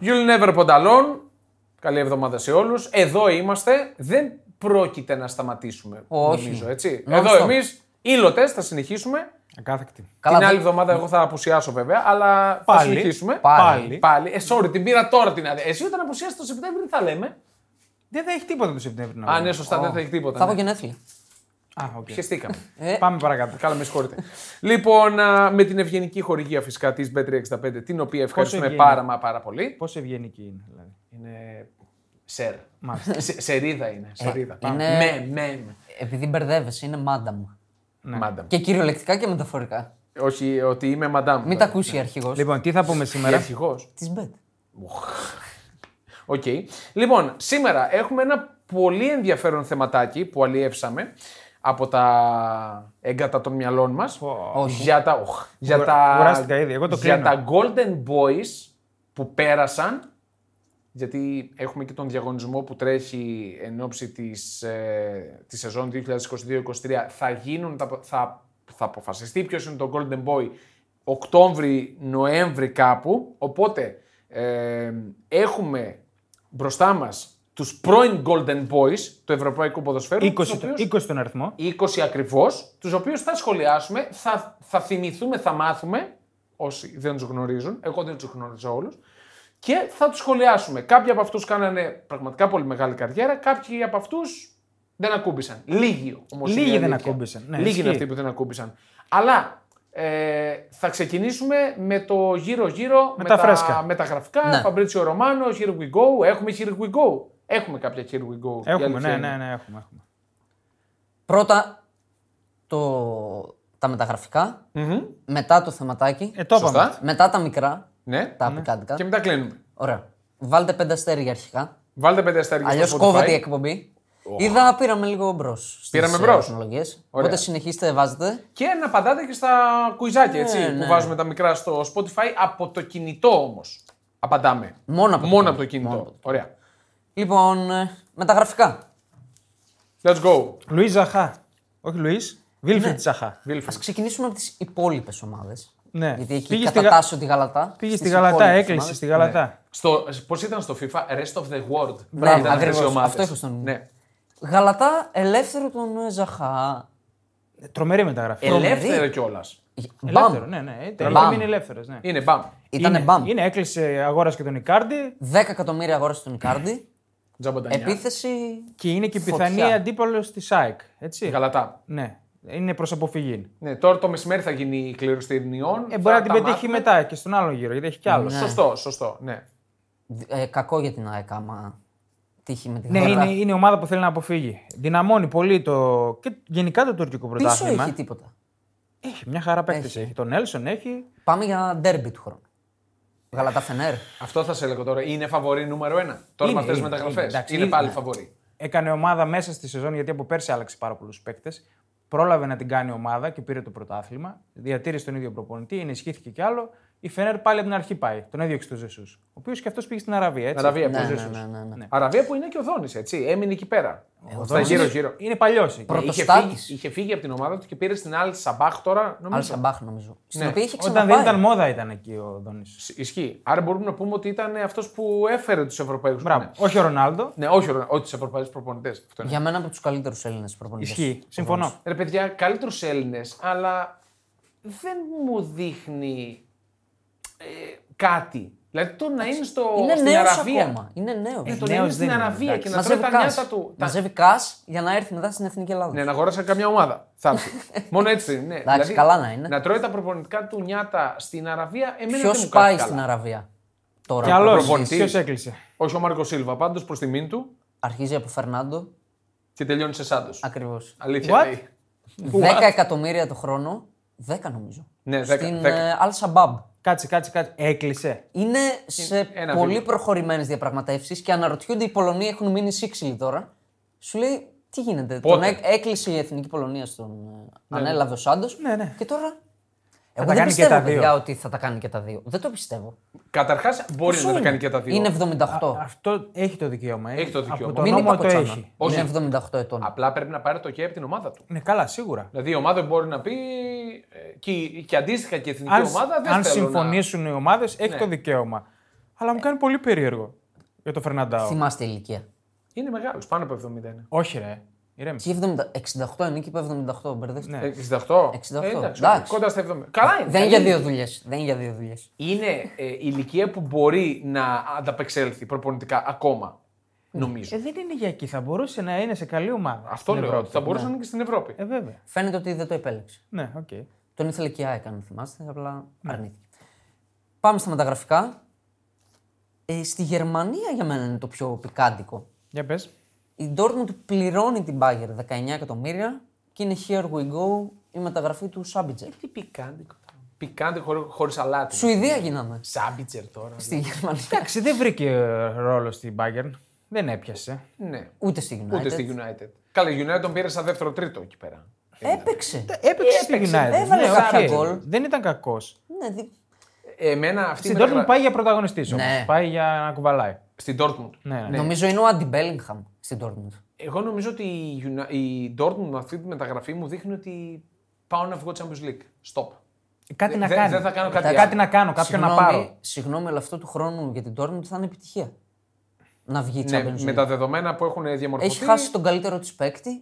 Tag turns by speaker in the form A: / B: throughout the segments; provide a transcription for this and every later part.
A: You'll never πονταλών. Καλή εβδομάδα σε όλους. Εδώ είμαστε. Δεν πρόκειται να σταματήσουμε.
B: Όχι.
A: Νομίζω, έτσι.
B: Non-stop.
A: Εδώ εμείς, ήλωτε, θα συνεχίσουμε.
C: Ακάθεκτη.
B: Καλά,
A: την
B: δεν-
A: άλλη εβδομάδα εγώ θα απουσιάσω βέβαια, αλλά θα
C: Πάλι.
A: συνεχίσουμε.
B: Πάλι.
C: Πάλι.
A: Πάλι. Ε, sorry, την πήρα τώρα την άδεια. Εσύ όταν απουσιάσει το Σεπτέμβριο τι θα λέμε.
C: Δεν θα έχει τίποτα το Σεπτέμβριο. να
A: Α,
C: πούμε.
A: ναι, σωστά, δεν θα έχει τίποτα.
B: Θα
A: ναι.
B: έχω γενέθλια.
C: Α, οκ.
A: Χεστήκαμε.
B: Ε,
C: Πάμε παρακάτω.
A: Καλά, με συγχωρείτε. λοιπόν, α, με την ευγενική χορηγία φυσικά της B365, την οποία ευχαριστούμε
C: ευγενή.
A: πάρα, μα πάρα πολύ.
C: Πόσο ευγενική είναι, δηλαδή.
A: Είναι. Σερ.
C: Μάλιστα.
A: Σε- Σερίδα είναι. Σερίδα. Ναι,
B: είναι-
A: Με, με, με.
B: επειδή μπερδεύεσαι, είναι μάντα μου.
A: Μάντα.
B: Και κυριολεκτικά Ναι. και μεταφορικά.
A: Όχι, ότι είμαι μαντάμ.
B: Μην τα ακούσει η αρχηγός.
C: Λοιπόν, τι θα πούμε σήμερα.
A: Αρχηγός.
B: Της μπετ.
A: Οκ. Λοιπόν, σήμερα έχουμε ένα πολύ ενδιαφέρον θεματάκι που αλλιεύσαμε από τα έγκατα των μυαλών μας.
B: Όχι.
A: Για τα, οχ, για
C: Κου-
A: τα,
C: κουράστηκα ήδη, εγώ το
A: για
C: κλείνω.
A: τα Golden Boys που πέρασαν, γιατί έχουμε και τον διαγωνισμό που τρέχει εν ώψη της, ε, της σεζόν 2022-2023, θα, γίνουν, τα- θα, θα αποφασιστεί ποιος είναι το Golden Boy Οκτώβρη-Νοέμβρη κάπου, οπότε ε, έχουμε μπροστά μας τους πρώην Golden Boys του Ευρωπαϊκού Ποδοσφαίρου,
C: 20,
A: τους οποίους-
C: 20 τον αριθμό.
A: 20 ακριβώς, τους οποίους θα σχολιάσουμε, θα, θα θυμηθούμε, θα μάθουμε. Όσοι δεν τους γνωρίζουν, εγώ δεν τους γνωρίζω όλους. Και θα τους σχολιάσουμε. Κάποιοι από αυτούς κάνανε πραγματικά πολύ μεγάλη καριέρα, κάποιοι από αυτούς δεν ακούμπησαν. Λίγοι όμως.
C: Λίγοι δεν ακούμπησαν. Ναι,
A: Λίγοι είναι
C: ισχύει.
A: αυτοί που δεν ακούμπησαν. Αλλά ε, θα ξεκινήσουμε με το γύρο-γύρο.
C: Με τα φρέσκα.
A: Με τα γραφικά.
B: Ναι.
A: Φαμπρίτσιο Ρωμάνο, here we go. Έχουμε here we go. Έχουμε κάποια here we go. η
C: Έχουμε,
A: αλήθεια
C: ναι,
A: είναι.
C: ναι, ναι, έχουμε. έχουμε.
B: Πρώτα το... τα μεταγραφικά. Μετά το θεματάκι.
C: Ε, το
A: Σωστά.
C: είπαμε.
B: Μετά τα μικρά.
A: Ναι.
B: Τα πικάντικα.
A: Και μετά κλείνουμε.
B: Ωραία. Βάλτε πέντε αστέρια αρχικά.
A: Βάλτε πέντε αστέρια
B: Αλλιώ
A: στο Spotify.
B: κόβεται η εκπομπή. Είδα πήραμε λίγο μπρος.
A: Πήραμε μπρος. Ωραία.
B: Οπότε συνεχίστε, βάζετε.
A: Και να απαντάτε και στα κουιζάκια έτσι,
B: Ναι,
A: που
B: ναι.
A: βάζουμε τα μικρά στο Spotify. Από το κινητό όμως. Απαντάμε.
B: Μόνο από το
A: Μόνο
B: κινητό.
A: από το κινητό.
B: Μόνο από το
A: Ωραία.
B: Λοιπόν, ε, μεταγραφικά.
A: Let's go.
C: Λουίς Ζαχά. Όχι Λουίς. Βίλφριντ Ζαχά.
A: Wilfried.
B: Ας ξεκινήσουμε από τις υπόλοιπες ομάδες.
C: Ναι.
B: Γιατί εκεί
C: Πήγε στη Γα-
B: κατατάσσω τη Γαλατά.
C: Πήγε στη
B: στις
C: Γαλατά,
B: υπόλοιπες
C: έκλεισε
B: ομάδες.
C: στη Γαλατά.
A: Στο, πώς ήταν στο FIFA, Rest of the World. ήταν αυτές οι
B: ακριβώς.
A: ομάδες.
B: Αυτό έχω στο νου μου.
A: Ναι.
B: Γαλατά ελεύθερο τον ε, Ζαχά.
C: Ε, Τρομερή μεταγραφή.
B: Τρομερή.
A: Ελεύθερο κιόλας.
B: Μπαμ.
C: Ελεύθερο, ναι, ναι. ε,
B: Μπαμ.
C: Είναι ελεύθερος, ναι.
A: Είναι μπαμ.
B: Ήτανε
C: Είναι-
B: μπαμ.
C: Είναι, έκλεισε αγόρα και τον Ικάρντι
B: 10 εκατομμύρια αγόρασε τον Ικάρντι.
C: Ναι,
A: Τζαμποντανιά.
B: Επίθεση.
C: και είναι και η
B: Φωτιά.
C: πιθανή αντίπαλος της ΣΑΕΚ. Έτσι.
A: Γαλατά.
C: Ναι. Είναι προς αποφυγή.
A: Ναι, τώρα το μεσημέρι θα γίνει η κλήρωση τυρνιών.
C: Ε, μπορεί να την πετύχει μετά Ναι. και στον άλλον γύρο, γιατί έχει κι άλλος.
A: Σωστό, σωστό. Ναι.
B: Δ- Ε, κακό για την ΑΕΚ άμα τύχει με την
C: Ναι,
B: Γαλατά.
C: είναι, είναι η ομάδα που θέλει να αποφύγει. Δυναμώνει πολύ το. και γενικά το τουρκικό
B: Πίσω
C: πρωτάθλημα.
B: έχει
C: Έχει...
B: τίποτα.
C: μια χαρά παίκτη. Έχει.
B: Έχει.
C: Τον Έλσον έχει.
B: Πάμε για ντέρμπι του χρόνου. Γαλατά Φενέρ.
A: Αυτό θα σε λέγω τώρα. Είναι φαβορή νούμερο ένα. Τώρα με
C: Είναι,
A: αυτές τις
C: είναι,
A: μεταγραφές.
C: είναι, εντάξει,
A: Είναι
C: είναι.
A: πάλι φαβορή.
C: Έκανε ομάδα μέσα στη σεζόν γιατί από πέρσι άλλαξε πάρα πολλούς παίκτες. Πρόλαβε να την κάνει ομάδα και πήρε το πρωτάθλημα. Διατήρησε τον ίδιο προπονητή, ενισχύθηκε κι άλλο. Η Φενέρ πάλι από την αρχή πάει. Τον έδιωξε το Ζεσούς. Ο οποίος και αυτός πήγε στην Αραβία. Έτσι.
A: Αραβία,
C: Ο
A: ναι, ναι,
C: Ζεσούς.
B: ναι, ναι, ναι.
C: Ναι.
A: Αραβία που είναι και ο Δόνης, έτσι. Έμεινε εκεί πέρα. Στα
C: Δόνης
A: γύρω-γύρω.
C: Είναι παλιό.
B: Πρώτο-
A: Είχε
B: Στάκης.
A: φύγει, είχε φύγει από την ομάδα του και πήρε στην άλλη Σαμπάχ τώρα.
B: Αλ
A: Νομίζω.
B: Σαμπάχ νομίζω. Στην
A: Ναι.
B: οποία είχε
C: Όταν
B: ξαναπάει.
C: δεν ήταν μόδα ήταν εκεί ο Δόνης.
A: Ισχύει. Άρα μπορούμε να πούμε ότι ήταν αυτός που έφερε τους Ευρωπαίους.
C: Μπράβο. Όχι ο Ρονάλντο.
A: Ναι, όχι, ο- όχι τους Ευρωπαίους προπονητές. Αυτό είναι.
B: Για μένα από τους καλύτερους Έλληνες προπονητές.
C: Ισχύει. Συμφωνώ.
A: Ρε παιδιά, καλύτερους Έλληνες, αλλά δεν μου δείχνει ε, κάτι. Δηλαδή το να είναι, στο,
B: Είναι
A: στην
B: νέος
A: Αραβία.
B: ακόμα. Είναι νέος.
A: Ναι, το
C: Νέος
A: να είναι
C: δεν
A: στην
C: είναι,
A: Αραβία και
C: εντάξει.
A: να τρώει
B: Μαζεύει
A: τα
B: κας.
A: νιάτα του. τα-
B: Μαζεύει κας για να έρθει μετά στην εθνική Ελλάδα.
A: Ναι, να αγοράσει καμιά ομάδα. Θα έρθει. Μόνο έτσι είναι. Ναι.
B: Εντάξει, καλά να είναι.
A: Να τρώει τα προπονητικά του νιάτα στην Αραβία, εμένα
B: Ποιο
A: δεν μου
B: πάει
A: κάνει καλά.
B: στην Αραβία τώρα.
C: Κι άλλος.
A: προπονητής.
C: Ποιος έκλεισε.
A: Όχι ο Μάρκος Σίλβα, πάντως προς τιμήν του
B: Αρχίζει από Φερνάντο.
A: και τελειώνει σε Σάντος.
B: Ακριβώς.
A: Αλήθεια.
C: What?
A: λέει.
B: 10 εκατομμύρια το χρόνο. 10 νομίζω.
A: Ναι, 10,
B: Στην
A: 10.
B: Αλ Σαμπάμπ.
C: Κάτσε, κάτσε, κάτσε. Έκλεισε.
B: Είναι σε
A: ένα
B: πολύ
A: βήμα.
B: προχωρημένες διαπραγματεύσεις και αναρωτιούνται οι Πολωνοί έχουν μείνει σύξυλοι τώρα. Σου λέει τι γίνεται.
A: Πότε? Ναι,
B: Τον έ- έκλεισε η εθνική Πολωνία στον. ε, Ανέλαβε ο Σάντος.
C: Ναι, ναι.
B: Και τώρα. Εγώ
C: τα
B: δεν
C: κάνει και
B: πιστεύω,
C: τα δύο.
B: παιδιά, ότι θα τα κάνει και τα δύο. Δεν το πιστεύω.
A: Καταρχάς μπορεί να τα κάνει και τα δύο.
B: Είναι 78.
C: Αυτό έχει το δικαίωμα.
A: Έχει το δικαίωμα.
C: Από τον
B: Μην
C: νόμο το
B: υπακοτσάμε.
C: έχει.
A: Όχι.
B: Είναι 78 ετών.
A: Απλά πρέπει να πάρει το και από την ομάδα του.
C: Ναι, καλά, σίγουρα.
A: Δηλαδή η ομάδα μπορεί να πει ε, και, και αντίστοιχα και η εθνική
C: Αν,
A: ομάδα δεν
C: αν
A: θέλω να- Ναι.
C: συμφωνήσουν οι ομάδες, έχει το δικαίωμα. Αλλά μου κάνει πολύ περίεργο για το Φερναντάο.
B: Θυμάστε η ηλικία.
A: Είναι μεγάλος, πάνω από 70 είναι.
C: Όχι, ρε. Ηρέμησε.
B: Και 70, 68 είναι και είπε 78. Μπερδεύτηκα.
C: Ναι.
A: 68.
B: 68.
A: Ε, εντάξει,
B: Ε, Εντάξει.
A: Κοντά στα 70. Καλά είναι.
B: Δεν είναι για δύο δουλειές. Δεν είναι για δύο δουλειές.
A: Είναι ε, η ηλικία που μπορεί να ανταπεξέλθει προπονητικά ακόμα. Νομίζω.
C: Ε, δεν είναι για εκεί. Θα μπορούσε να είναι σε καλή ομάδα.
A: Αυτό
C: στην
A: λέω.
C: Ευρώπη.
A: ότι Θα μπορούσε να είναι και στην Ευρώπη.
C: Ε, βέβαια.
B: Φαίνεται ότι δεν το επέλεξε.
C: Ναι, οκ.
B: Τον ήθελε και η ΑΕΚ, αν θυμάστε, απλά
C: Ναι.
B: αρνήθηκε. Πάμε στα μεταγραφικά. Ε, στη Γερμανία για μένα είναι το πιο πικάντικο.
C: Για πες.
B: Η Dortmund πληρώνει την Bayer 19 εκατομμύρια και είναι here we go η μεταγραφή του Σάμπιτζερ.
A: Ε, Τι πικάντικο. Πικάντικο χωρίς αλάτι.
B: Σουηδία γίναμε.
A: Σάμπιτσερ τώρα.
B: Στη Γερμανία.
C: Εντάξει, δεν βρήκε ε, ρόλο στην Bayern. Δεν έπιασε.
A: Ναι.
B: Ούτε στη United.
A: Ούτε στη United. Καλά, η United τον πήρε σαν δεύτερο-τρίτο εκεί πέρα.
B: Έπαιξε.
C: Ε, Έπαιξε στην United.
B: Έβαλε
C: Ναι, οκ.
B: κάποια γκολ.
C: Δεν ήταν κακός.
B: Ναι, δι...
A: Ε, Εμένα αυτή η
C: Στην
A: μεταγρα-
C: Dortmund πάει για πρωταγωνιστής όμω.
B: Ναι.
C: Πάει για να κουβαλάει.
A: Στην Dortmund.
C: Ναι, ναι.
A: Ναι.
B: Νομίζω είναι ο Άντι Μπέλιγχαμ στην Dortmund.
A: Εγώ νομίζω ότι η Uni- η Dortmund με αυτή τη μεταγραφή μου δείχνει ότι πάω να βγω Champions League. Stop.
C: Κάτι
A: Δεν-
C: να
A: δεν-
C: κάνει.
A: δεν θα κάνω κάτι
C: κάτι
A: άλλο.
C: να κάνω, κάποιον να
B: Συγγνώμη-
C: πάρω.
B: Συγγνώμη, αλλά αυτό του χρόνου για την Dortmund θα είναι επιτυχία. Να βγει η
A: Ναι,
B: Champions
A: με
B: League.
A: τα δεδομένα που έχουν διαμορφωθεί.
B: Έχει χάσει τον καλύτερο της παίκτη.
C: Ε,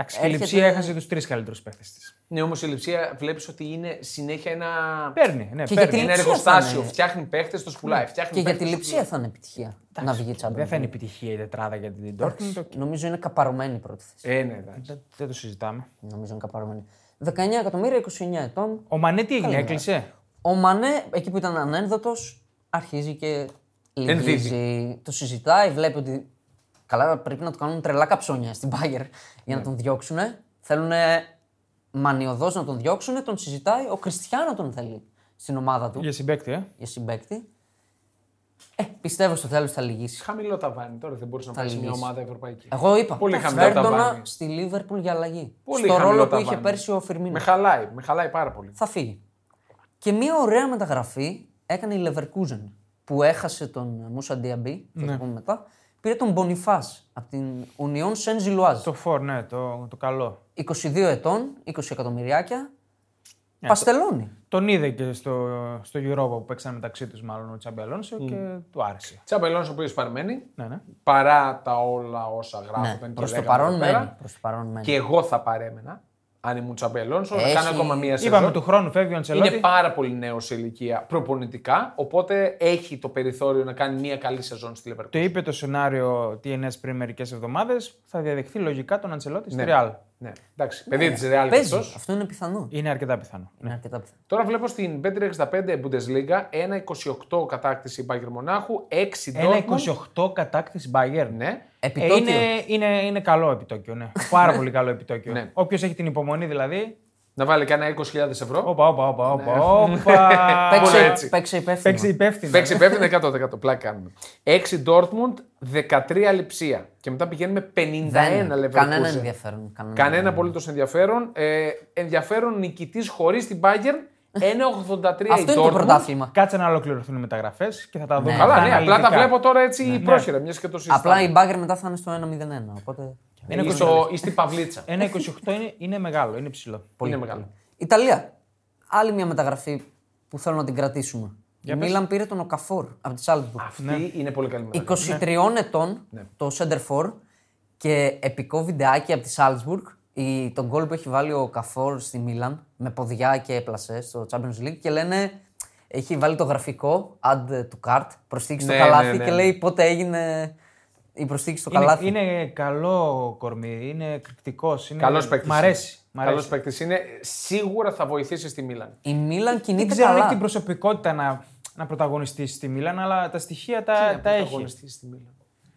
C: Εντάξει, η
B: Έρχεται-
C: Λιψία έχασε τους τρεις καλύτερους παίχτε της.
A: Ναι, όμως η Λιψία βλέπεις ότι είναι συνέχεια ένα.
C: Παίρνει, ναι,
B: Και
C: παίρνει.
B: γιατί-
A: Είναι
B: Λειψία
A: εργοστάσιο.
B: θα είναι.
A: Φτιάχνει παίχτε, το σπουλάει. Φτιάχνει
B: ε. Ναι. Και για τη
A: παίχτες, το
B: λειψία θα είναι επιτυχία να βγει η Champions
C: Δεν θα
B: League.
C: είναι επιτυχία η τετράδα για την Dortmund.
B: Νομίζω είναι καπαρωμένη η πρώτη θέση.
A: σπουλάει. Ε, ναι, εντάξει.
C: Δεν, δεν το συζητάμε.
B: Νομίζω είναι καπαρωμένη. 19 εκατομμύρια, 29 ετών.
C: Ο Μανέ τι έγινε, έκλεισε.
B: Ο Μανέ, εκεί που ήταν ανένδοτος, αρχίζει και λυγίζει. Το συζητάει, βλέπει ότι. Καλά, πρέπει να του κάνουν τρελά καψόνια στην Bayer για
A: Ναι.
B: να τον διώξουν. Θέλουν μανιωδώς να τον διώξουν. Τον συζητάει. Ο Κριστιανό τον θέλει στην ομάδα του
C: Για συμπέκτη, ε.
B: για συμπέκτη. Ε, πιστεύω στο τέλος θα λυγίσει.
A: Χαμηλό ταβάνι τώρα δεν μπορούσε να πάει σε μια
B: λυγίσει.
A: ομάδα ευρωπαϊκή.
B: Εγώ είπα.
A: Πολύ
B: τα
A: χαμηλό
B: Σβέρντονα
A: ταβάνι.
B: στη Λίβερπουλ για αλλαγή.
A: Πολύ
B: στο
A: χαμηλό
B: ρόλο που
A: ταβάνι.
B: είχε πέρσι ο Φιρμίνο.
A: Με χαλάει, με χαλάει πάρα πολύ.
B: θα φύγει. Και μία ωραία μεταγραφή έκανε η Leverkusen που έχασε τον Μούσα Διαμπή, θα το πούμε μετά. Πήρε τον Μπονιφάς από την Union Saint Gilloise.
C: Το φορ, ναι, το, το καλό.
B: 22 ετών, 20 εκατομμυριάκια. Παστελώνει.
C: Τον είδε και στο, στο Europa που παίξαν μεταξύ τους, μάλλον ο Τσαμπελόνσο και του άρεσε.
A: Τσαμπελόν ο οποίος παραμένει.
C: Ναι, ναι.
A: Παρά τα όλα όσα γράφονταν
B: Ναι,
A: και
B: προς το
A: λέγαμε
B: παρόν
A: εδώ πέρα,
B: μένει. Προς το παρόν μένει.
A: Και εγώ θα παρέμενα. Αν ήμουν Τσαμπελόνσο,
B: Έχει-
A: να κάνω ακόμα μία
C: Είπαμε
A: σεζόν.
C: του χρόνου φεύγει ο
A: Είναι
C: Αντσελότη.
A: πάρα πολύ νέος σε ηλικία προπονητικά, οπότε έχει το περιθώριο να κάνει μία καλή σεζόν στη Λεβερκούζα.
C: Το είπε το σενάριο TNS πριν μερικές εβδομάδες. Θα διαδεχθεί λογικά τον Αντσελότη στη
A: Ναι.
C: Real.
A: Ναι, εντάξει. Παιδί της Ρεάλ
B: Παίζει.
A: αυτός.
B: Αυτό είναι πιθανό.
C: Είναι αρκετά πιθανό.
B: Είναι αρκετά πιθανό.
A: Τώρα βλέπω στην 565 Bundesliga 1-28 κατάκτηση Bayern Μονάχου, 6
C: Ένα
A: Dortmund.
C: 28 κατάκτηση Bayern.
A: Ναι.
C: Ε,
B: Επιτόκιο.
C: είναι, είναι, είναι καλό επιτόκιο, ναι. Πάρα πολύ καλό επιτόκιο.
A: Ναι.
C: Όποιος έχει την υπομονή δηλαδή.
A: Να βάλει και ένα 20.000 ευρώ.
C: Όπα, όπα, όπα, όπα. όπα.
A: Ναι. Παίξε-
C: Όλα
A: Πολύ έτσι.
B: Παίξε, παίξε υπεύθυνα.
C: Παίξει υπεύθυνα.
A: Παίξει πέφτει 100% πλάκα κάνουμε. 6 Dortmund, 13 Λιψία. Και μετά πηγαίνουμε 51
B: Δεν,
A: Leverkusen.
B: κανένα ενδιαφέρον. Κανένα,
A: Κανένα απολύτως ενδιαφέρον. Ε, ενδιαφέρον νικητής χωρίς την Bayern 1,83 η
B: Αυτό είναι το
A: Dortmund.
B: πρωτάθλημα.
C: Κάτσε να ολοκληρωθούν οι μεταγραφές και θα τα δούμε.
A: Καλά,
C: αυτά
A: ναι, απλά τα
C: αναλυτικά.
A: βλέπω τώρα έτσι πρόχειρα, μιας και το συζητάμε.
B: Ναι, Απλά η μπάγκερ μετά θα είναι στο 1-0-1. Οπότε.
A: Είναι ή, στο, ή στην Παυλίτσα.
C: Ένα 28 είναι, είναι μεγάλο, είναι ψηλό.
A: είναι μεγάλο.
B: Ιταλία. Άλλη μια μεταγραφή που θέλω να την κρατήσουμε. Η Μίλαν πήρε τον Οκαφόρ από τη Σάλτσμπουργκ.
A: Αυτή
B: Ναι.
A: είναι πολύ καλή μεταγραφή.
B: 23
A: Ναι.
B: ετών το center for και επικό βιντεάκι από τη Σάλτσμπουργκ. Η, τον γκολ που έχει βάλει ο Καφόρ στη Μίλαν με ποδιά και έπλασε στο Champions League και λένε. Έχει βάλει το γραφικό add to cart, προσθήκη στο
A: Ναι,
B: καλάθι
A: ναι, ναι,
B: και
A: ναι.
B: λέει πότε έγινε η προσθήκη στο
C: Είναι,
B: καλάθι.
C: είναι καλό κορμί, είναι εκρηκτικός. Είναι...
A: Καλός παίκτης.
C: Μ' αρέσει. Μ αρέσει.
A: Καλό παίκτης είναι. Σίγουρα θα βοηθήσει στη Μίλαν.
B: Η Μίλαν κινείται
C: Δεν ξέρω αν
B: καλά.
C: έχει την προσωπικότητα να, να πρωταγωνιστήσει στη Μίλαν, αλλά τα στοιχεία τα, τα έχει.
A: Πρωταγωνιστής στη Μίλαν.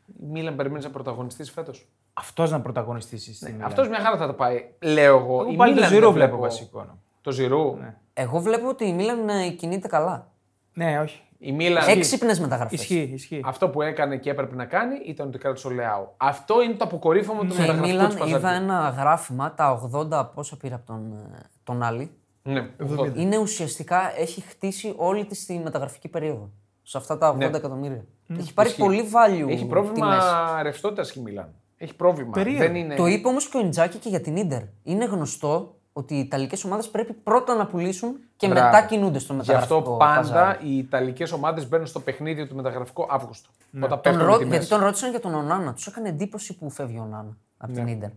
A: Η Μίλαν περιμένει να πρωταγωνιστείς φέτος.
C: Αυτός να πρωταγωνιστήσει στη Μίλαν.
A: Αυτός μια χαρά θα τα πάει. Λέω εγώ.
C: Ναι. Εγώ
A: Η
C: πάλι το
A: Μίλαν
C: Ζηρού
A: δεν
C: βλέπω Ναι. βασικό. νόμο.
A: Το Ζηρού.
B: Εγώ βλέπω ότι η Μίλαν ε, κινείται καλά.
C: Ναι, όχι.
A: Η Μίλαν.
B: Έξυπνες μεταγραφές.
C: Ισχύει, ισχύει.
A: Αυτό που έκανε και έπρεπε να κάνει ήταν ότι κράτησε ο Λεάου. Αυτό είναι το αποκορύφωμα του
B: Ναι, η
A: μεταγραφικού τη
B: Μίλαν είδα
A: Παζαρδίου.
B: ένα γράφημα, τα 80 πόσα πήρε από τον, ε, τον Άλλη.
A: Ναι,
B: Είναι ουσιαστικά, έχει χτίσει όλη της τη μεταγραφική περίοδο. Σε αυτά τα 80 εκατομμύρια. Έχει πάρει
A: Ναι. Ισχύει.
B: πολύ value.
A: Έχει
B: τιμές.
A: πρόβλημα ρευστότητας η Μίλαν. Έχει πρόβλημα.
C: Περίεργο.
A: Δεν είναι...
B: Το είπε όμως και ο Ιντζάκη και για την ντερ. Είναι γνωστό ότι οι Ιταλικές ομάδες πρέπει πρώτα να πουλήσουν και
A: Μπράβο.
B: μετά κινούνται στο
A: Γι' αυτό
B: μεταγραφικό.
A: πάντα
B: παζάρι.
A: οι Ιταλικές ομάδες μπαίνουν στο παιχνίδι του μεταγραφικού Αύγουστο.
C: Ναι.
A: Όταν
B: Τον
A: πέφτουν
B: ρω-
A: οι τιμές.
B: Γιατί τον ρώτησαν για τον Ονάνα. Τους έκανε εντύπωση που φεύγει ο Ονάνα από
C: Ναι.
B: την ντερ.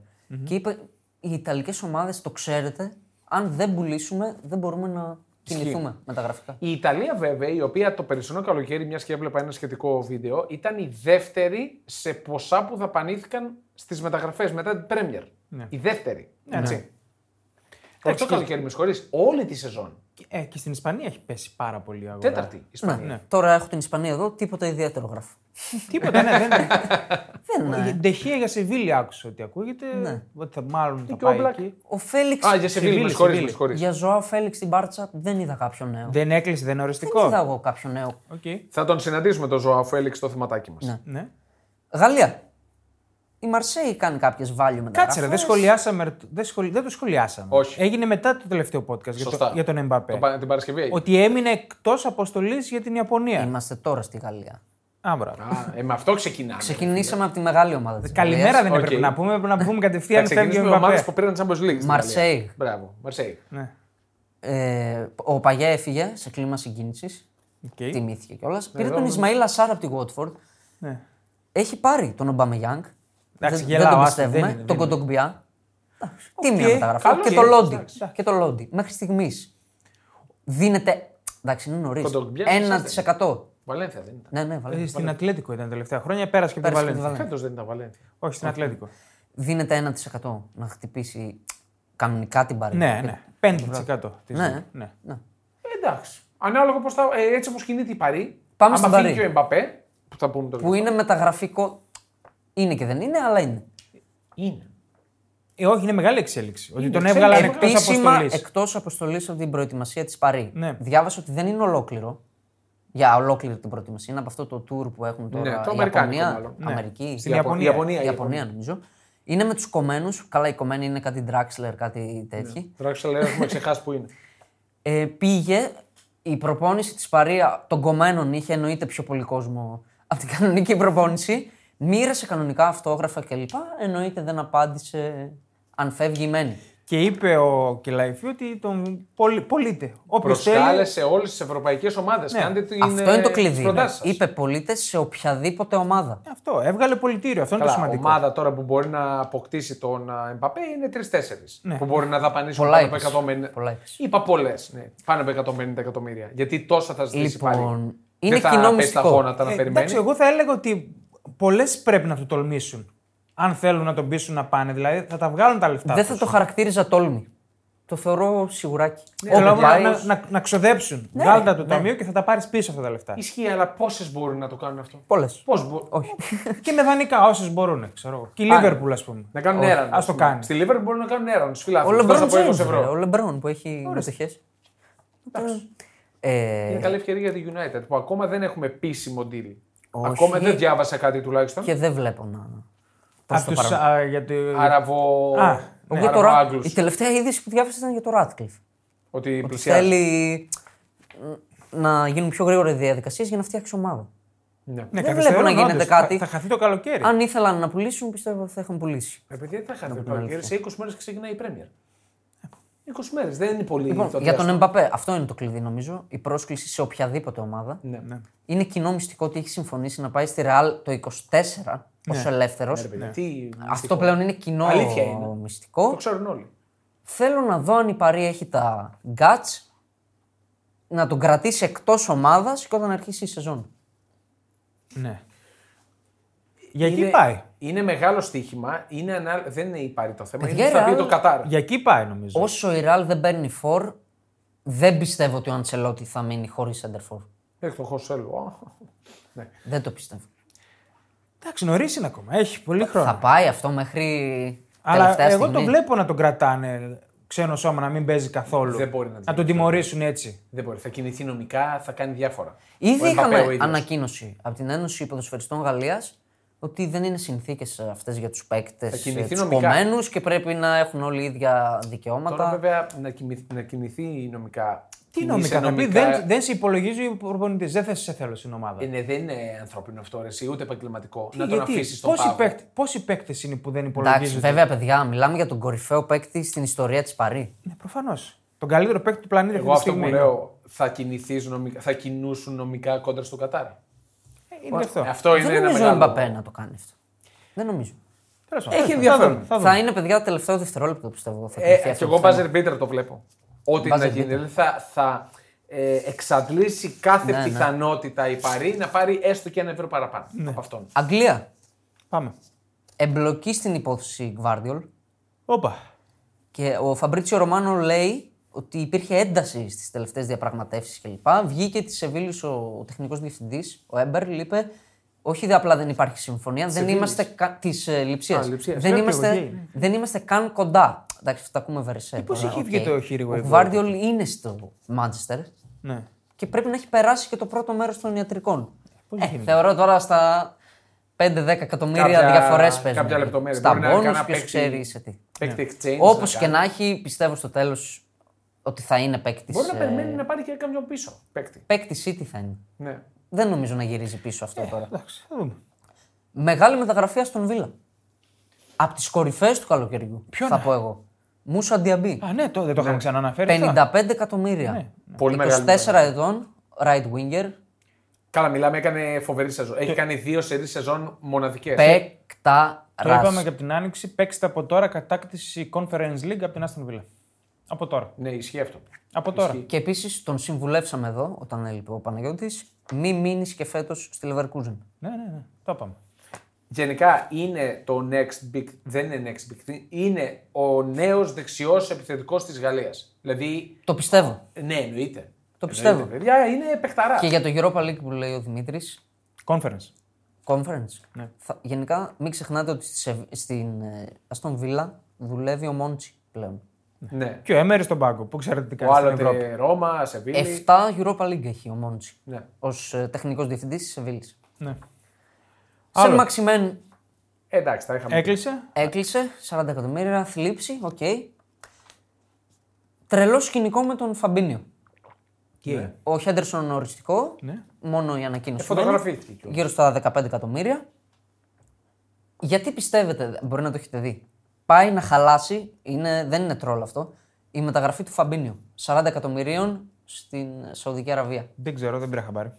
B: Και είπε: Οι Ιταλικές ομάδες το ξέρετε. Αν δεν πουλήσουμε, δεν μπορούμε να κινηθούμε μεταγραφικά.
A: Η Ιταλία, βέβαια, η οποία το περσινό καλοκαίρι, μιας και έβλεπα ένα σχετικό βίντεο, ήταν η δεύτερη σε ποσά που δαπανήθηκαν στις μεταγραφές μετά την Πρέμιερ.
C: Ναι.
A: Η δεύτερη. Έτσι. Όχι το καλοκαίρι, με συγχωρείς, Όλη τη σεζόν.
C: Ε, και στην Ισπανία έχει πέσει πάρα πολύ η αγορά.
A: Τέταρτη. η Ισπανία.
B: Ναι. Τώρα έχω την Ισπανία εδώ, τίποτα ιδιαίτερο γράφω.
C: Τίποτα, ναι, δεν.
B: Δεν είναι.
C: Ντεχεία για Σεβίλη άκουσα ότι ακούγεται. Ότι θα, μάλλον θα
A: και ο
C: πάει
A: Black.
C: εκεί.
B: Ο Φέληξ.
A: Α, για Σεβίλη, με
C: Σεβίλη,
A: συγχωρείς,
C: Σεβίλη.
A: με συγχωρείς.
B: Για Ζωάο Φέληξ στην Μπάρτσα δεν είδα κάποιο νέο.
C: Δεν έκλεισε, δεν είναι
B: Δεν είδα
C: οριστικό.
B: εγώ κάποιο νέο.
C: Οκ.
A: Θα τον συναντήσουμε τον Ζωάο Φέληξ στο θεματάκι μας.
C: Ναι.
B: Γαλλία. Η Μαρσέη κάνει κάποιες value μεταγραφές.
C: Κάτσε, ρε, δεν σχολιάσαμε. Δεν, σχολι... δεν το σχολιάσαμε.
A: Όχι.
C: Έγινε μετά το τελευταίο podcast για, το...
A: Σωστά.
C: για τον Εμπαπέ.
A: Το πα- την Παρασκευή. έγινε.
C: Ότι έμεινε εκτός αποστολής για την Ιαπωνία.
B: Είμαστε τώρα στη Γαλλία.
C: Α, μπράβο.
A: Α, ε, με αυτό ξεκινάμε.
B: Ξεκινήσαμε από τη μεγάλη ομάδα της.
C: Καλημέρα δεν
A: Οκ.
C: έπρεπε να πούμε. Πρέπει να πούμε
A: Θα
C: κατευθείαν φεύγει
A: ξεκινήσουμε
C: ο
A: με ομάδε
C: Εμπαπέ.
A: που πήραν Champions League. στην Ιταλία.
B: Μαρσέιγ.
A: Μπράβο, Μαρσέιγ.
C: Ναι.
B: Ε, ο Παγιά έφυγε σε κλίμα συγκίνησης.
C: Οκ.
B: Τιμήθηκε κιόλας.
C: Ε,
B: Πήρε τον Ισμαήλ Ασάρ από τη Watford.
C: Ναι.
B: Έχει πάρει τον Ομπάμε Γιάνγκ.
C: γελάω,
B: τον
C: άστα,
B: πιστεύουμε.
C: δεν είναι, δεν
B: τον
C: είναι.
B: Κοντογκμπιά. Τίμια
C: Οκ,
B: μεταγραφή.
C: καλός,
B: Και
C: οκ,
B: το Λόντι.
C: εντάξει.
B: Και το Λόντι. Μέχρι στιγμής δίνεται. Εντάξει, είναι νωρίς.
A: Κοντογκμπιά,
B: 1%.
A: Βαλένθια δεν ήταν.
B: Ναι, ναι, βάλε.
C: Ε, Στην Ατλέτικο ήταν τα τελευταία χρόνια, πέρασε και από τη
B: Πέρασε και από τη Βαλένθια.
C: Βαλένθια.
A: Φέτος δεν ήταν Βαλένθια.
C: Όχι, στην Ατλέτικο.
B: Δίνεται 1% να χτυπήσει κανονικά την παρέα.
C: Ναι, ναι. 5% της
B: Ναι.
C: ζωής. ναι.
A: Ε, Εντάξει. Ανάλογα πώς θα. ε, έτσι όπως κινείται η Παρή.
B: Πάμε
A: άμα
B: στην
A: φύγει
B: Παρή.
A: και ο Εμπαπέ, που θα πούμε το
B: Που είναι μεταγραφικό. Είναι και δεν είναι, αλλά είναι.
A: Είναι.
C: Ε, όχι, είναι μεγάλη εξέλιξη. Ότι τον
A: εξέλιξη.
C: έβγαλαν εκτός
B: Επίσημα
C: αποστολής.
B: εκτός αποστολής από την προετοιμασία της Παρή.
C: Ναι.
B: Διάβασα ότι δεν είναι ολόκληρο. Για ολόκληρη την προετοιμασία. Είναι από αυτό το tour που έχουν τώρα.
A: Ναι, το
B: η
A: αμερικάνικο
B: Ιαπωνία,
A: μάλλον.
C: Ναι.
B: Αμερική.
C: Στην Ιαπωνία.
B: Η Ιαπωνία,
A: η
B: νομίζω. Είναι με τους κομμένους. Καλά, οι κομμένοι είναι κάτι Draxler, κάτι τέτοιοι.
A: Τράξτε λέει, έχουμε ξεχάσει που είναι.
C: Ναι.
B: Ε, πήγε η προπόνηση της Παρία των κομμένων είχε εννοείται πιο πολύ κόσμο από την κανονική προπόνηση. Μοίρασε κανονικά αυτόγραφα κλπ. Εννοείται δεν απάντησε αν φεύγει ή μένει.
C: Και είπε ο Κελαϊφή ότι τον πολυ... πωλείται. Όποιος θέλει.
A: Προσκάλεσε όλες τις ευρωπαϊκές ομάδες.
C: Ναι.
A: Κάντε την,
B: Αυτό είναι το
A: ε, τις
B: κλειδί. ναι.
A: προτάσεις σας. Ναι.
B: Είπε πολίτες σε οποιαδήποτε ομάδα.
C: Αυτό. Έβγαλε πολιτήριο. Αυτό είναι
A: Καλά,
C: το σημαντικό.
A: ομάδα τώρα που μπορεί να αποκτήσει τον α, Εμπαπέ είναι τρει-τέσσερι.
C: Ναι.
A: Που μπορεί να δαπανίσουν
B: Πολλά
A: πάνω
B: είπες.
A: από 150.
B: Πολλά είπες.
A: Είπα πολλές. Ναι. Πάνω από 150 εκατομμύρια. Γιατί τόσα θα ζητήσει
B: Λοιπόν,
A: πάλι.
B: είναι
A: δεν θα
B: κοινό
A: πέσει τα
B: μυστικό.
A: γόνατα να
C: Ε,
A: περιμένει.
C: εντάξει, εγώ θα έλεγα ότι πολλές πρέπει να το τολμήσουν. Αν θέλουν να τον πείσουν να πάνε. Δηλαδή θα τα βγάλουν τα λεφτά.
B: Δεν
C: τους.
B: θα το χαρακτήριζα τόλμη. Το θεωρώ σιγουράκι.
A: Ναι,
C: Θέλω
B: Όπου
C: να-
B: πάει,
C: να, να, να ξοδέψουν. Βγάλουν τα του
B: ναι.
C: ταμείου και θα τα πάρεις πίσω αυτά τα λεφτά.
A: Ισχύει, αλλά πόσες μπορούν να το κάνουν αυτό.
B: πολλές.
A: Πώς μπο...
B: Όχι.
C: και με δανεικά όσες μπορούν, ξέρω εγώ. Και η
A: Άρα.
C: Λίβερπουλ, ας πούμε.
A: Να κάνουν έρανο.
C: ας το
A: ας πούμε.
C: κάνει.
A: Στη Λίβερπουλ μπορούν να κάνουν έρανο. Φιλάθλους.
B: Ο
A: Εκτός
B: Λεμπρόν
A: από 20
B: Τζέιμς,
A: ευρώ.
B: ρε, Ο Λεμπρόν που έχει μετοχές. Ε,
A: Είναι καλή ευκαιρία για τη United που ακόμα δεν έχουμε επίσημο deal.
B: Όχι.
A: Ακόμα δεν διάβασα κάτι τουλάχιστον.
B: και δεν βλέπω να.
A: Ναι,
B: Προς
C: Απ'
B: το
C: τους,
B: παρόν.
C: α, για το...
A: Άραβο.
C: Α,
A: ναι.
B: Εγώ
A: Άραβο
B: τώρα-
A: Άγγλους.
B: η τελευταία είδηση που διάβασα ήταν για το Ratcliffe.
A: Ότι πλησιάζει.
B: Θέλει μ, να γίνουν πιο γρήγορα οι διαδικασίες για να φτιάξει ομάδα.
A: Ναι.
C: Ναι,
B: Δεν
C: καθυστερούν,
B: βλέπω να γίνεται
C: όντως.
B: κάτι.
C: Θα, θα χαθεί το καλοκαίρι.
B: Αν ήθελαν να πουλήσουν, πιστεύω ότι θα είχαν πουλήσει.
A: Ρε Ε, παιδιά, τι θα χαθεί το
B: πούμε Ναι.
A: καλοκαίρι. Σε 20 μέρες ξεκινάει η Πρέμιερ. 20 μέρες. Δεν είναι πολύ.
B: Λοιπόν,
A: το
B: για τον
A: διάστημα.
B: Εμπαπέ, αυτό είναι το κλειδί νομίζω. Η πρόσκληση σε οποιαδήποτε ομάδα.
A: Ναι. Ναι.
B: Είναι κοινό μυστικό ότι έχει συμφωνήσει να πάει στη Ρεάλ το 24
C: Ναι.
B: ως ω ελεύθερο.
A: ρε παιδιά, Τι...
B: Ναι. Αυτό πλέον είναι κοινό
A: Αλήθεια είναι.
B: μυστικό.
A: Το ξέρουν όλοι.
B: Θέλω να δω αν η Παρή έχει τα guts να τον κρατήσει εκτός ομάδας και όταν αρχίσει η σεζόν.
C: Ναι. Για εκεί πάει.
A: είναι μεγάλο στοίχημα. Είναι ανα... Δεν είναι η Πάρη το θέμα.
B: Παιδιά,
A: είναι τι θα πει
B: Real-
A: το Κατάρ.
C: Για εκεί πάει νομίζω.
B: Όσο η Ραλ δεν παίρνει φορ, δεν πιστεύω ότι ο Αντσελότη θα μείνει χωρίς σεντερφόρ.
A: Έχει τον Χωσέλο. Ναι.
B: Δεν το πιστεύω.
C: Εντάξει, νωρίς είναι ακόμα. Έχει πολύ χρόνο.
B: Θα πάει αυτό μέχρι
C: Αλλά
B: τελευταία
C: εγώ
B: στιγμή.
C: το βλέπω να τον κρατάνε ξένο σώμα να μην παίζει καθόλου.
A: Δεν μπορεί να
C: να τον τιμωρήσουν έτσι.
A: Δεν μπορεί. Θα κινηθεί νομικά, θα κάνει διάφορα. Ο
B: Ήδη
A: Εμπαπέ
B: είχαμε
A: ο ίδιος.
B: ανακοίνωση από την Ένωση Ποδοσφαιριστών Γαλλίας ότι δεν είναι συνθήκες αυτές για τους παίκτες
A: κινηθεί
B: τους
A: νομικά.
B: κομμένους και πρέπει να έχουν όλοι ίδια δικαιώματα.
A: Τώρα, βέβαια, να κινηθεί, να κινηθεί νομικά
C: Τι
A: Είσαι
C: νομικά θα πει,
A: νομικά-
C: δεν, δεν σε υπολογίζει ο προπονητής. Δεν θες σε θέλω στην ομάδα.
A: Ε, ναι, δεν είναι ανθρώπινο αυτό, ρε, εσύ, ούτε επαγγελματικό.
C: Τι,
A: να τον αφήσει στον
C: πόσοι,
A: πάγο.
C: παίκτε, πόσοι παίκτες είναι που δεν
B: Εντάξει,
C: υπολογίζονται.
B: βέβαια, παιδιά, μιλάμε για τον κορυφαίο παίκτη στην ιστορία της Παρή.
C: Ναι, προφανώς. Τον καλύτερο παίκτη του πλανήτη.
A: Εγώ
C: αυτή τη
A: αυτό που
C: στιγμή.
A: λέω, θα, κινηθείς νομικά, θα κινούσουν νομικά κόντρα στο Κατάρ.
C: Ε, Είναι γι' αυτό.
A: Αυτό είναι
B: δεν
A: ένα
B: νομίζω ο
A: μεγάλο.
B: Μπαπέ να το κάνει αυτό. Δεν νομίζω.
C: Τέλος πάντων.
B: Έχει
C: Θα
B: ενδιαφέρον.
C: δούμε, Θα
B: Θα,
C: δούμε.
B: είναι, παιδιά, το τελευταίο δευτερόλεπτο πιστεύω. Θα
A: Ε,
B: κρυφτεί
A: και
B: αυτό
A: εγώ
B: το θέμα.
A: buzzer beater το βλέπω. Ό,τι
B: Buzzer
A: να γίνει.
B: beater.
A: Δηλαδή θα, θα ε, εξαντλήσει κάθε
B: Ναι, ναι.
A: πιθανότητα η Παρή να πάρει έστω και ένα ευρώ παραπάνω από αυτόν.
B: Αγγλία.
C: Πάμε.
B: Εμπλοκή στην υπόθεση Γκβάρδιολ.
C: Όπα.
B: Και ο Φαμπρίτσιο Ρωμάνο λέει ότι υπήρχε ένταση στις τελευταίες διαπραγματεύσεις κλπ. Βγήκε της Σεβίλης ο, ο τεχνικός διευθυντής, ο Έμπερλ, είπε: Όχι, δε, απλά δεν υπάρχει συμφωνία. Δεν είμαστε, κα... της, ε, Λειψίας.
A: Α, Λειψίας.
B: δεν,
C: Ναι,
B: είμαστε,
C: επιλογή.
B: δεν είμαστε καν κοντά. Εντάξει, αυτά ακούμε βερσέ.
C: πώς
B: τώρα,
C: έχει
B: οκ.
C: βγει το χείριγο
B: Ο
C: εδώ.
B: Γκβάρδιολ είναι στο Μάντσεστερ
C: Ναι.
B: και πρέπει να έχει περάσει και το πρώτο μέρος των ιατρικών.
C: Πώς
B: Ε,
C: γίνεται.
B: θεωρώ τώρα στα 5-10 εκατομμύρια
A: Κάποια-
B: διαφορές
A: κάποια
B: παίζουν.
A: λεπτομέρεια.
B: Στα
A: Μπορεί να είναι
B: μπόνους,
A: κανένα
B: ποιος
A: παίκτη-
B: ξέρει σε τι.
A: Παίκτη exchange.
B: Όπω
A: να
B: Ναι. και
A: κάνει.
B: να έχει, πιστεύω στο τέλος ότι θα είναι ε, παίκτης.
A: Μπορεί να περιμένει να πάρει και κάποιον πίσω παίκτη.
B: Παίκτη City θα είναι.
A: Ναι.
B: Δεν νομίζω να γυρίζει πίσω αυτό τώρα.
C: Εντάξει, θα δούμε.
B: Μεγάλη μεταγραφή στον Βίλα. Από τις κορυφαίες του καλοκαιριού.
C: Ποιον,
B: θα
C: ε?
B: πω εγώ. Μούσα Διαμπή.
C: Α, ναι, το, δεν το είχαμε ξανααναφέρει. αυτό.
B: 55 εκατομμύρια.
A: Πολύ
B: 24
A: μεγάλη
B: ετών, right winger.
A: Καλά, μιλάμε, έκανε φοβερή σεζόν. Έχει κάνει δύο σερή σεζόν μοναδικές.
B: Παίκτα
C: Το είπαμε και από την άνοιξη. Παίξτε από τώρα κατάκτηση Conference League από την Aston Villa. Από τώρα.
A: Ναι, ισχύει αυτό.
C: Από τώρα.
A: Ισχύει.
B: Και επίσης τον συμβουλεύσαμε εδώ όταν έλειπε ο Παναγιώτης. Μη μείνεις και φέτος στη Leverkusen.
C: Ναι, ναι, ναι. Το είπαμε.
A: Γενικά είναι το next big, δεν είναι next big thing, είναι ο νέος δεξιός επιθετικός της Γαλλίας. Δηλαδή,
B: Το πιστεύω.
A: ναι, εννοείται.
B: Το πιστεύω.
A: Εννοείται, παιδιά, είναι παιχταρά.
B: Και για το Europa League που λέει ο Δημήτρης,
C: Conference.
B: Conference.
C: Ναι.
B: Θα- γενικά, μην ξεχνάτε ότι στη Σεβ- στην Αστον Βίλα δουλεύει ο Μόντσι πλέον.
A: Ναι.
C: Και ο Έμερι στον πάγκο. Που ξέρετε τι
A: Ο
C: κάνει στην Ευρώπη.
A: άλλοτε Ρώμα, Σεβίλη.
B: 7 Europa League έχει ο Μόντσι
A: Ναι.
B: ως ε, τεχνικός διευθυντής της Σεβίλης.
C: Ναι.
B: Σεν Μαξιμέν
A: Εντάξει, τα είχαμε. πει.
C: Έκλεισε.
B: έκλεισε 40 εκατομμύρια, θλίψη, οκ. Τρελό σκηνικό με τον Φαμπίνιο.
C: Ναι.
B: Ο Χέντερσον οριστικό,
C: Ναι.
B: μόνο η ανακοίνωση.
A: Φωτογραφήθηκε
B: μένει,
A: κιόλας.
B: Γύρω στα 15 εκατομμύρια. Γιατί πιστεύετε, μπορεί να το έχετε δει, πάει να χαλάσει, είναι, δεν είναι τρόλ αυτό, η μεταγραφή του Φαμπίνιο. 40 εκατομμυρίων στην Σαουδική Αραβία.
C: Δεν ξέρω, δεν πήρα χαμπάρι.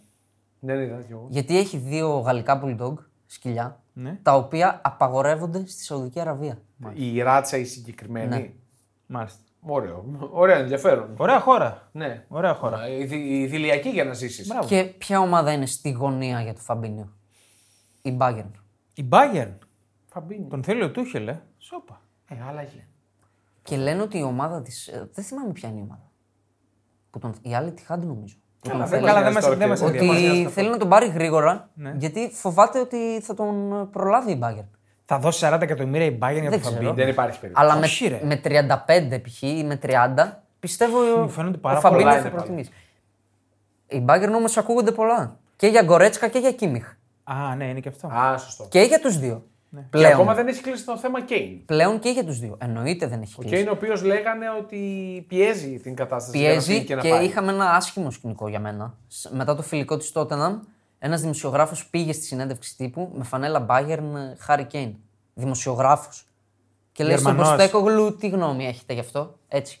A: Ναι, ναι, είδα κι εγώ.
B: Γιατί έχει δύο γαλλικά bulldog, σκυλιά,
C: Ναι.
B: τα οποία απαγορεύονται στη Σαουδική Αραβία.
A: Η ράτσα η συγκεκριμένη.
B: Ναι.
C: Μάλιστα.
A: Ωραίο. Ωραίο ενδιαφέρον.
C: Ωραία χώρα.
A: Ναι.
C: Ωραία χώρα.
A: Η, δι- η δηλιακή για να ζήσεις.
C: Μπράβο.
B: Και ποια ομάδα είναι στη γωνία για το Φαμπίνιο, η Bayern.
C: Η Bayern.
A: Φαμπίνι.
C: Τον θέλει ο Τούχελ, ε. Σόπα.
A: Ε, άλλαγε.
B: Και λένε ότι η ομάδα της. Δεν θυμάμαι ποια είναι η ομάδα. Που τον, η άλλη τη Χάντ νομίζω. Που τον
A: Καλά,
B: θέλει.
A: δεν
C: Καλά, δεν
A: μας-
C: μας-
A: δεν μας
B: ότι
A: ενδιαφέρει.
B: θέλει να τον πάρει γρήγορα γιατί φοβάται ότι θα τον προλάβει η Bayern.
C: Θα δώσει 40 εκατομμύρια η Bayern για τον
B: Δεν ξέρω.
C: Φαμπίνιο.
A: Δεν υπάρχει περίπτωση.
B: Αλλά με,
C: Όχι, ρε.
B: με 35 π.χ. ή με 30 πιστεύω ο,
C: Μου φαίνονται
B: ο
C: πάρα
B: Φαμπίνιο
A: πολλά
B: θα
A: είναι πάλι.
B: προτιμήσει. Η Bayern όμως ακούγονται πολλά. Και για Γκορέτσκα και για Κίμιχ.
C: Α, ναι, είναι και αυτό.
A: Α, σωστό.
B: Και για τους δύο.
A: Και
B: Πλέον.
A: ακόμα δεν έχει κλείσει το θέμα Κέιν.
B: Πλέον και για τους δύο. Εννοείται δεν έχει κλείσει.
A: Κέιν, ο οποίος λέγανε ότι πιέζει την κατάσταση. για να
B: Πιέζει
A: φύγει
B: και,
A: να πάει.
B: είχαμε ένα άσχημο σκηνικό για μένα. Σ- Μετά το φιλικό της Τότεναμ, ένας δημοσιογράφος πήγε στη συνέντευξη τύπου με φανέλα Bayern ε, Χάρι Κέιν. Δημοσιογράφος. Και λέει στον
C: Γερμανός.
B: Ποστέκογλου, τι γνώμη έχετε γι' αυτό. Έτσι.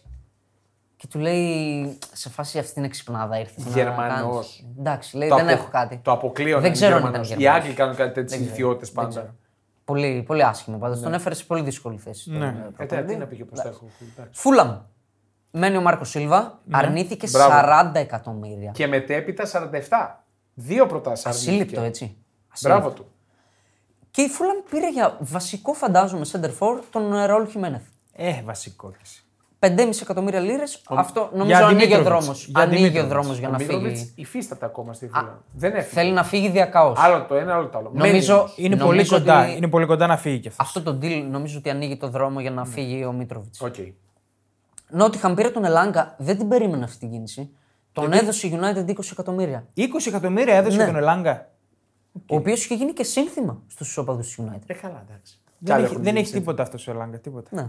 B: Και του λέει, σε φάση αυτή είναι ξυπνάδα ήρθε.
A: Γερμανός.
B: Εντάξει, λέει,
A: Το
B: δεν
A: απο-
B: έχω κάτι.
A: Το αποκλείω
B: Δεν
A: να
B: ξέρω αν
A: είναι
B: ήταν
A: Γερμανός. Οι
B: Γερμανός.
A: Άγγλοι κάνουν κάτι τέτοιες ιδιότητε πάντα.
B: Πολύ, πολύ άσχημο πάντως. Τον έφερε σε πολύ δύσκολη θέση. τον, ε,
A: Ναι. Ε,
B: προπονητή.
A: τε- τι να πήγε προ τα έχω. εντάξει.
B: Φούλαμ. Μένει ο Μάρκος Σίλβα, αρνήθηκε
A: Ναι. Μπράβο.
B: 40 εκατομμύρια.
A: Και μετέπειτα 47. Δύο προτάσεις.
B: Ασύλληπτο, έτσι.
A: Μπράβο του.
B: Και η Φούλαμ πήρε για βασικό, φαντάζομαι, center for τον ε, Raul Χιμένεθ.
C: Ε, βασικό κι εσύ.
B: 5,5 εκατομμύρια λίρες. Αυτό νομίζω
C: για
B: ανοίγει ο
C: Δημήτροβιτς.
B: δρόμος.
C: Για
B: Ανοίγει ο
C: Δημήτροβιτς.
B: δρόμος για
A: Ο
B: να
A: Μίτροβιτ
B: φύγει.
A: υφίσταται ακόμα στη Φούλα. Δεν έφυγε.
B: Θέλει να φύγει διακαώ.
A: Άλλο το ένα, άλλο το άλλο.
B: Νομίζω-
A: Μένει.
C: Είναι
B: Νομίζω
C: πολύ, κοντά,
B: ότι-
C: είναι πολύ κοντά να φύγει κι αυτός.
B: Αυτό το deal νομίζω ότι ανοίγει το δρόμο για να φύγει ο Μίτροβιτ.
A: Οκ.
B: Νότιχαμ πήρε τον Ελάγκα, δεν την περίμενε αυτή την κίνηση. Τον έδωσε η United 20 εκατομμύρια.
C: 20 εκατομμύρια έδωσε για τον Ελάγκα.
B: Ο οποίος είχε γίνει και σύνθημα στους οπαδούς της United.
A: Ε, καλά, εντάξει.
C: Δεν
A: Καλά,
C: έχει,
A: έχουν
C: δεν
A: γίνει
C: έχει τίποτα αυτός ο Ελάγκα. Τίποτα.
B: Ναι.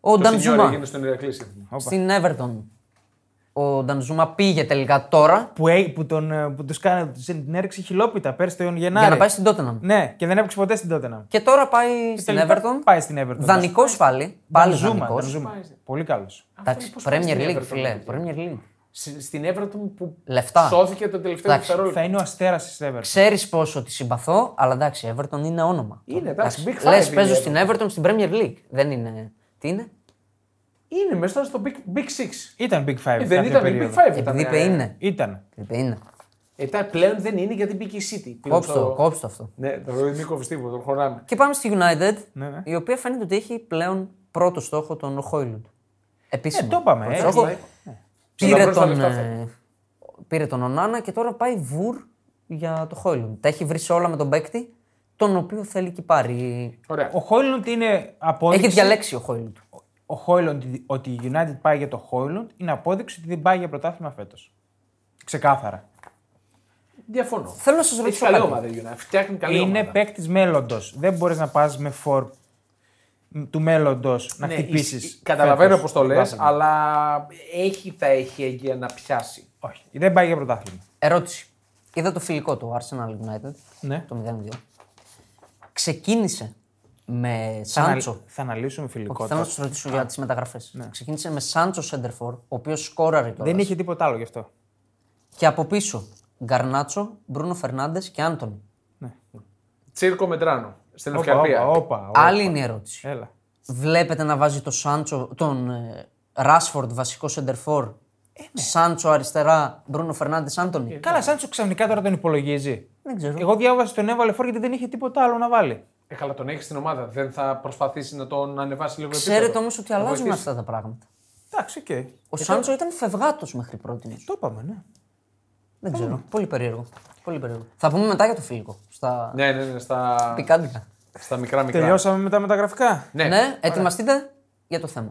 B: Ο
A: Το
B: Νταν
A: Σινιόρι
B: Ζουμά
A: έγινε στον Ηρακλή σύνθημα.
B: στην Everton. ο Ντανζούμα πήγε τελικά τώρα
C: Που, έ- που, τον, ε, που τους κάνε, τους- την έριξε χιλόπιτα πέρσι τον Γενάρη.
B: για να πάει στην Tottenham.
C: Ναι, και δεν έπαιξε ποτέ στην Τότενα.
B: Και τώρα πάει στην Everton.
C: Πάει στην Everton.
B: Δανεικό
A: Ναι.
B: πάλι. Πάλι δανεικό.
C: Ζούμε. Πολύ καλός.
B: Εντάξει,
A: Αυτό είναι ναι, πώς πάει
B: Premier
A: στην
B: League,
A: Everton,
B: φιλέ.
A: παιδιά.
B: Premier League.
A: Σ- Στην Everton που
B: Λεφτά.
A: σώθηκε το τελευταίο
B: Εντάξει,
A: δευτερόλεπτο.
C: Θα είναι ο αστέρας της Everton.
B: Ξέρεις πόσο τη συμπαθώ, αλλά εντάξει, Everton είναι όνομα.
A: Είναι, εντάξει, Big Five
B: Λες,
A: είναι η
B: παίζω
A: Everton.
B: στην Everton στην Premier League. Δεν είναι. Τι είναι.
A: Είναι μέσα στο Big, big Six.
C: Ήταν Big Five.
A: Ε, δεν
C: κάποια
A: ήταν η Big
C: περίοδο.
A: Five.
B: Επειδή
A: ήταν,
B: είπε
A: ε,
B: είναι.
C: Ήταν.
B: Επειδή είναι.
A: Ε, τα πλέον δεν είναι γιατί μπήκε η City. Πήγε
B: Κόψτε
A: στο-
B: το, κόψτε το αυτό.
A: Ναι, το λέω Νίκο Βυστίβο, τον χωράμε.
B: Και πάμε στη United,
C: Ναι, ναι.
B: η οποία φαίνεται ότι έχει πλέον πρώτο στόχο τον Χόιλουντ. Επίσημα.
C: Ε, το είπαμε,
B: Πρώτο
C: ε,
B: στόχο.
A: ε,
B: Πήρε,
A: Στα
B: τον,
A: λεφτά θέλει.
B: ε, πήρε τον Ονάνα και τώρα πάει βουρ για το Χόιλουντ. Τα έχει βρει σε όλα με τον παίκτη, τον οποίο θέλει και πάρει.
A: Ωραία.
C: Ο Χόιλοντ είναι απόδειξη.
B: Έχει διαλέξει ο Χόιλουντ.
C: Ο Χόιλοντ ότι η United πάει για το Χόιλοντ είναι απόδειξη ότι δεν πάει για πρωτάθλημα φέτος. Ξεκάθαρα.
A: Διαφωνώ.
B: Θέλω να σας
A: Έχει
B: ρωτήσω
A: καλή
B: κάτι.
A: ομάδα η United. Φτιάχνει καλή
C: είναι
A: ομάδα.
C: παίκτης μέλλοντος. Δεν μπορείς να πας με φορ του μέλλοντος να
A: Ναι,
C: χτυπήσεις.
A: ισχύει. Καταλαβαίνω πώς το λες, αλλά έχει, θα έχει έγκαια να πιάσει.
C: Όχι, δεν πάει για πρωτάθλημα.
B: Ερώτηση. Είδα το φιλικό του Arsenal United,
C: Ναι.
B: το 0-2. Ξεκίνησε με
C: Θα, ανα-
B: Σάντσο.
C: θα αναλύσουμε φιλικό.
B: Όχι, θέλω να
C: τώρα.
B: σας ρωτήσω για τις μεταγραφές. Ξεκίνησε με Σάντσο Σέντερφορ, ο οποίος σκόραρε κιόλας.
C: Ναι. Δεν είχε τίποτα άλλο γι' αυτό.
B: Και από πίσω Γκαρνάτσο, Μπρούνο Φερνάντες και Άντων.
A: Τσίρκο Μετράνο. Στην
C: Ναι. Όπα, όπα,
A: Ευκαρπία.
C: όπα, όπα.
B: Άλλη είναι η ερώτηση.
C: Έλα.
B: Βλέπετε να βάζει τον Σάντσο, τον ε, Ράσφορντ βασικό Σέντερφορ.
A: Ε, ναι.
B: Σάντσο αριστερά, Μπρούνο Φερνάντες, Άντων.
C: Καλά, Σάντσο ξαφνικά τώρα τον υπολογίζει.
B: Δεν ξέρω.
C: Εγώ διάβασα ότι τον έβαλε φόρ γιατί δεν είχε τίποτα άλλο να βάλει.
A: Ε, καλά, τον έχεις στην ομάδα. Δεν θα προσπαθήσει να τον ανεβάσει λίγο
B: Ξέρετε
A: επίπεδο.
B: όμως ότι
A: Θα
B: αλλάζουν
A: βοηθήσει.
B: αυτά τα πράγματα.
C: Εντάξει, οκ.
B: Ο Σάντσο ήταν φευγάτος μέχρι πρώτη.
C: Το είπαμε, ναι.
B: Δεν
A: Ε, ναι.
B: ξέρω. Πολύ περίεργο. Πολύ περίεργο. Θα πούμε μετά για το φιλικό. Στα
A: Ναι, ναι, ναι, στα,
B: πικάντικα.
A: στα μικρά μικρά.
C: Τελειώσαμε με τα μεταγραφικά.
A: Ναι.
B: Ναι, ετοιμαστείτε για το θέμα.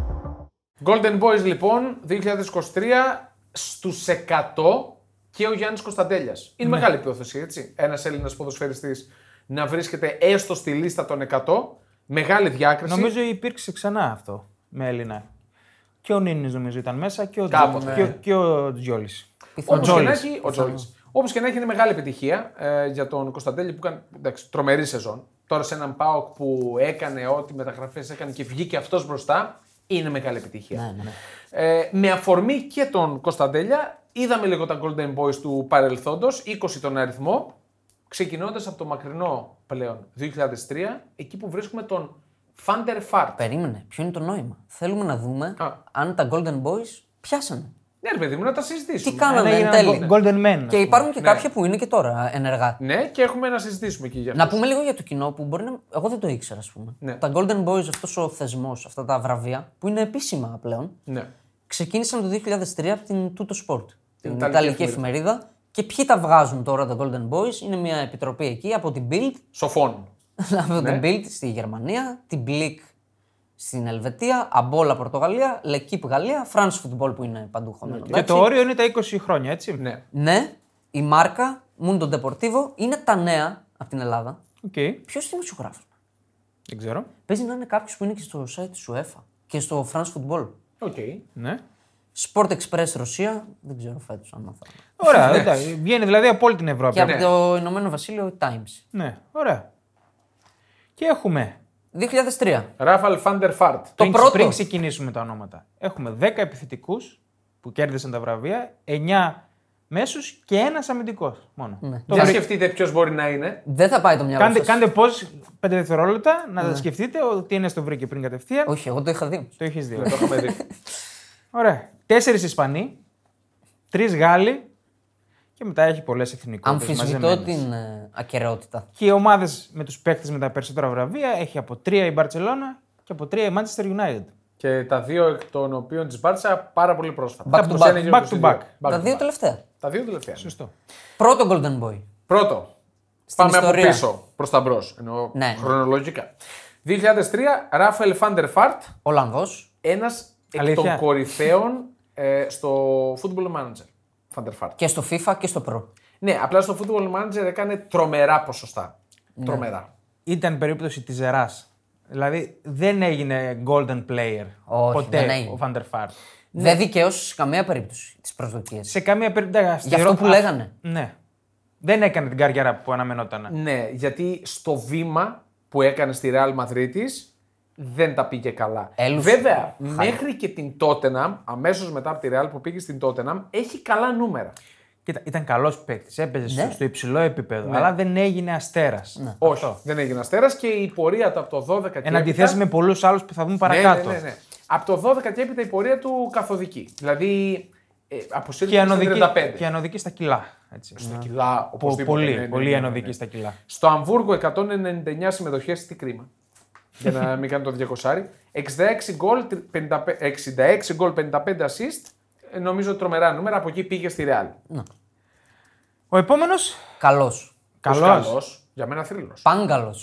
A: Golden Boys λοιπόν 2023 στους 100 και ο Γιάννης Κωνσταντέλιας.
C: Ναι.
A: Είναι μεγάλη υπόθεση έτσι. Ένας Έλληνας ποδοσφαιριστής να βρίσκεται έστω στη λίστα των 100. Μεγάλη διάκριση.
C: Νομίζω υπήρξε ξανά αυτό με Έλληνα. Και ο Νίνης νομίζω ήταν μέσα και ο,
A: Κάποτε,
C: Τζο-
A: ναι.
C: και, ο- και ο Τζιόλη.
B: Πιθανό.
A: Όπως και, να έχει, ο Τζόλης. Όπως και να έχει είναι μεγάλη επιτυχία ε, για τον Κωνσταντέλη που έκανε εντάξει, τρομερή σεζόν. Τώρα σε έναν ΠΑΟΚ που έκανε ό,τι μεταγραφές έκανε και βγήκε αυτός μπροστά, είναι μεγάλη επιτυχία.
B: Ναι,
A: Ε, με αφορμή και τον Κωνσταντέλια, είδαμε λίγο τα Golden Boys του παρελθόντος, 20 τον αριθμό, ξεκινώντας από το μακρινό πλέον 2003, εκεί που βρίσκουμε τον Φάντερ Φάρτ.
B: Περίμενε. Ποιο είναι το νόημα. Θέλουμε να δούμε
A: Α.
B: αν τα Golden Boys πιάσανε.
A: Ναι, ρε παιδί μου, να τα συζητήσουμε.
B: Τι κάνανε
C: Ναι,
B: εν
C: έγιναν
B: τέλει.
C: go- Golden Men.
B: Και υπάρχουν και
A: Ναι.
B: κάποια που είναι και τώρα ενεργά.
A: Ναι, και έχουμε να συζητήσουμε εκεί για αυτό.
B: Να πούμε λίγο για το κοινό που μπορεί να. Εγώ δεν το ήξερα, ας πούμε.
A: Ναι.
B: Τα Golden Boys, αυτός ο θεσμός, αυτά τα βραβεία, που είναι επίσημα πλέον,
A: Ναι.
B: ξεκίνησαν το 2003 από την Tutto Sport, την
A: Ιταλική
B: Ιταλική
A: εφημερίδα.
B: εφημερίδα. Και ποιοι τα βγάζουν τώρα τα Golden Boys, είναι μια επιτροπή εκεί από την Bild,
A: Σοφών.
B: από την Bild στη Γερμανία, την Blick στην Ελβετία, Αμπόλα Πορτογαλία, Λεκύπ Γαλλία, France Football που είναι παντού χωμένο.
C: Και το όριο είναι τα 20 χρόνια, έτσι.
A: Ναι.
B: Ναι, η μάρκα Mundo Deportivo είναι τα νέα από την Ελλάδα.
C: Οκ.
B: Ποιος δημοσιογράφος.
C: Δεν ξέρω.
B: Παίζει να είναι κάποιος που είναι και στο site της UEFA και στο France Football.
A: Οκ.
C: Ναι.
B: Sport Express Ρωσία, δεν ξέρω φέτος αν θα.
C: Ωραία, εντάξει. Βγαίνει δηλαδή από όλη την Ευρώπη.
B: Και
A: Ναι.
B: από το Ηνωμένο Βασίλειο η Times.
C: Ναι, ωραία. Και έχουμε.
B: 2003.
A: Ράφαλ Φάντερ Φάρτ.
B: Το
C: πριν,
B: πρώτο.
C: πριν ξεκινήσουμε τα ονόματα, έχουμε 10 επιθετικούς που κέρδισαν τα βραβεία, 9 μέσους και ένας αμυντικός μόνο.
B: Ναι.
C: Το
A: Για
C: βρε-
A: σκεφτείτε ποιος μπορεί να είναι.
B: Δεν θα πάει το μυαλό
C: Κάντε,
B: σας.
C: κάντε πώ 5 δευτερόλεπτα να τα σκεφτείτε ότι είναι στο βρήκε πριν κατευθείαν.
B: Όχι, εγώ το είχα δει.
C: Το έχεις δει.
A: Δεν το έχουμε δει.
C: Ωραία. Τέσσερις Ισπανοί, τρεις Γάλλοι και μετά έχει πολλές εθνικότητες.
B: Αμφισβητώ την ε, ακαιρεότητα.
C: Και οι ομάδες με τους παίκτες με τα περισσότερα βραβεία έχει από τρία η Μπαρσελόνα και από τρία η Manchester United.
A: Και τα δύο εκ των οποίων της Μπάρτσα πάρα πολύ πρόσφατα.
B: Back to
A: Κάπως
B: back.
A: ένα γύρω
C: Back
A: στους
C: to
A: δύο.
C: back.
B: Τα δύο τελευταία.
A: Τα δύο τελευταία.
C: Σωστό.
B: Πρώτο Golden Boy.
A: Πρώτο.
B: Στην
A: πάμε
B: ιστορία.
A: από πίσω προς τα μπρος. Εννοώ
B: Ναι.
A: χρονολογικά. 2003, Ράφαελ Φάντερ Φάρτ,
B: Ολλανδός.
A: ένας εκ
C: Αλήθεια.
A: των κορυφαίων ε, στο football manager. Φάντερ Φάρτ.
B: Και στο FIFA και στο Pro.
A: Ναι, απλά στο football manager έκανε τρομερά ποσοστά.
B: Ναι.
A: Τρομερά.
C: Ήταν περίπτωση της ζεράς. Δηλαδή δεν έγινε golden player
B: Όχι,
C: ποτέ
B: δεν έγινε.
C: ο Βαντερ Φάρτ.
A: Ναι.
B: Δεν δικαίωσε σε καμία περίπτωση τις προσδοκίες.
C: Σε καμία περίπτωση.
B: Γι' αυτό που λέγανε.
C: Ναι. Δεν έκανε την καριέρα που αναμενόταν.
A: Ναι, γιατί στο βήμα που έκανε στη Real Madrid δεν τα πήγε καλά.
B: Έλουσε.
A: Βέβαια,
B: Χάλια.
A: μέχρι και την Tottenham, αμέσως μετά από τη Real που πήγε στην Tottenham, έχει καλά νούμερα.
C: Κοίτα, ήταν καλός παίκτης. Έπαιζε
B: Ναι.
C: στο υψηλό επίπεδο. Αλλά δεν έγινε αστέρας.
A: Όχι, δεν έγινε αστέρας και η πορεία του από το 12 και
C: Εν αντιθέσει με πολλούς άλλους που θα δούμε παρακάτω.
A: Ναι, ναι, ναι, ναι. Από το 12 και έπειτα η πορεία του καθοδική. Δηλαδή ε, αποσύρθηκε
C: Και
A: στα
C: ανωδική,
A: 35.
C: και ανωδική στα κιλά. Έτσι.
A: Στα κιλά,
C: Πο-
A: οπωσδήποτε.
C: πολύ,
A: ναι, ναι,
C: πολύ
A: ναι, ναι, ναι.
C: ανωδική στα κιλά.
A: Στο Αμβούργο 199 συμμετοχές, τι κρίμα. Για να μην κάνει το 200. 66 γκολ, 55 66 γκολ, 55 assist. Ε, Νομίζω τρομερά νούμερα. Από εκεί πήγε στη Real.
C: Ο επόμενος.
B: Καλός.
A: Ως
C: Καλός.
A: καλός, Για μένα θρύλος.
B: Πάγκαλος.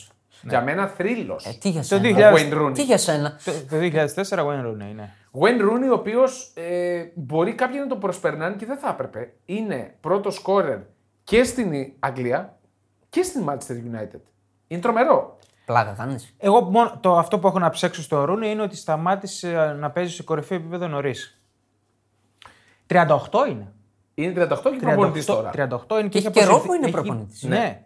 A: Για μένα θρύλος.
B: Ναι. Ε, τι για
C: Το
B: σένα.
C: 2000
A: Wayne Rooney.
B: Τι για σένα.
C: Το το 2004 Wayne Rooney, ναι.
A: Wayne Rooney, ο οποίος ε, μπορεί κάποιοι να τον προσπερνάνε και δεν θα έπρεπε. Είναι πρώτος σκόρερ και στην Αγγλία και στην Manchester United. Είναι τρομερό.
B: Πλάκα κάνεις.
C: Εγώ μόνο, το, αυτό που έχω να ψέξω στο Rooney είναι ότι σταμάτησε να παίζει σε κορυφαίο επίπεδο νωρίς. 38 είναι.
A: Είναι 38 και προπονητής τώρα.
C: 38 είναι και,
B: Και
C: είχε
B: έχει καιρό
C: αποσυρθεί-
B: που είναι
C: έχει-
B: προπονητής.
C: Ναι.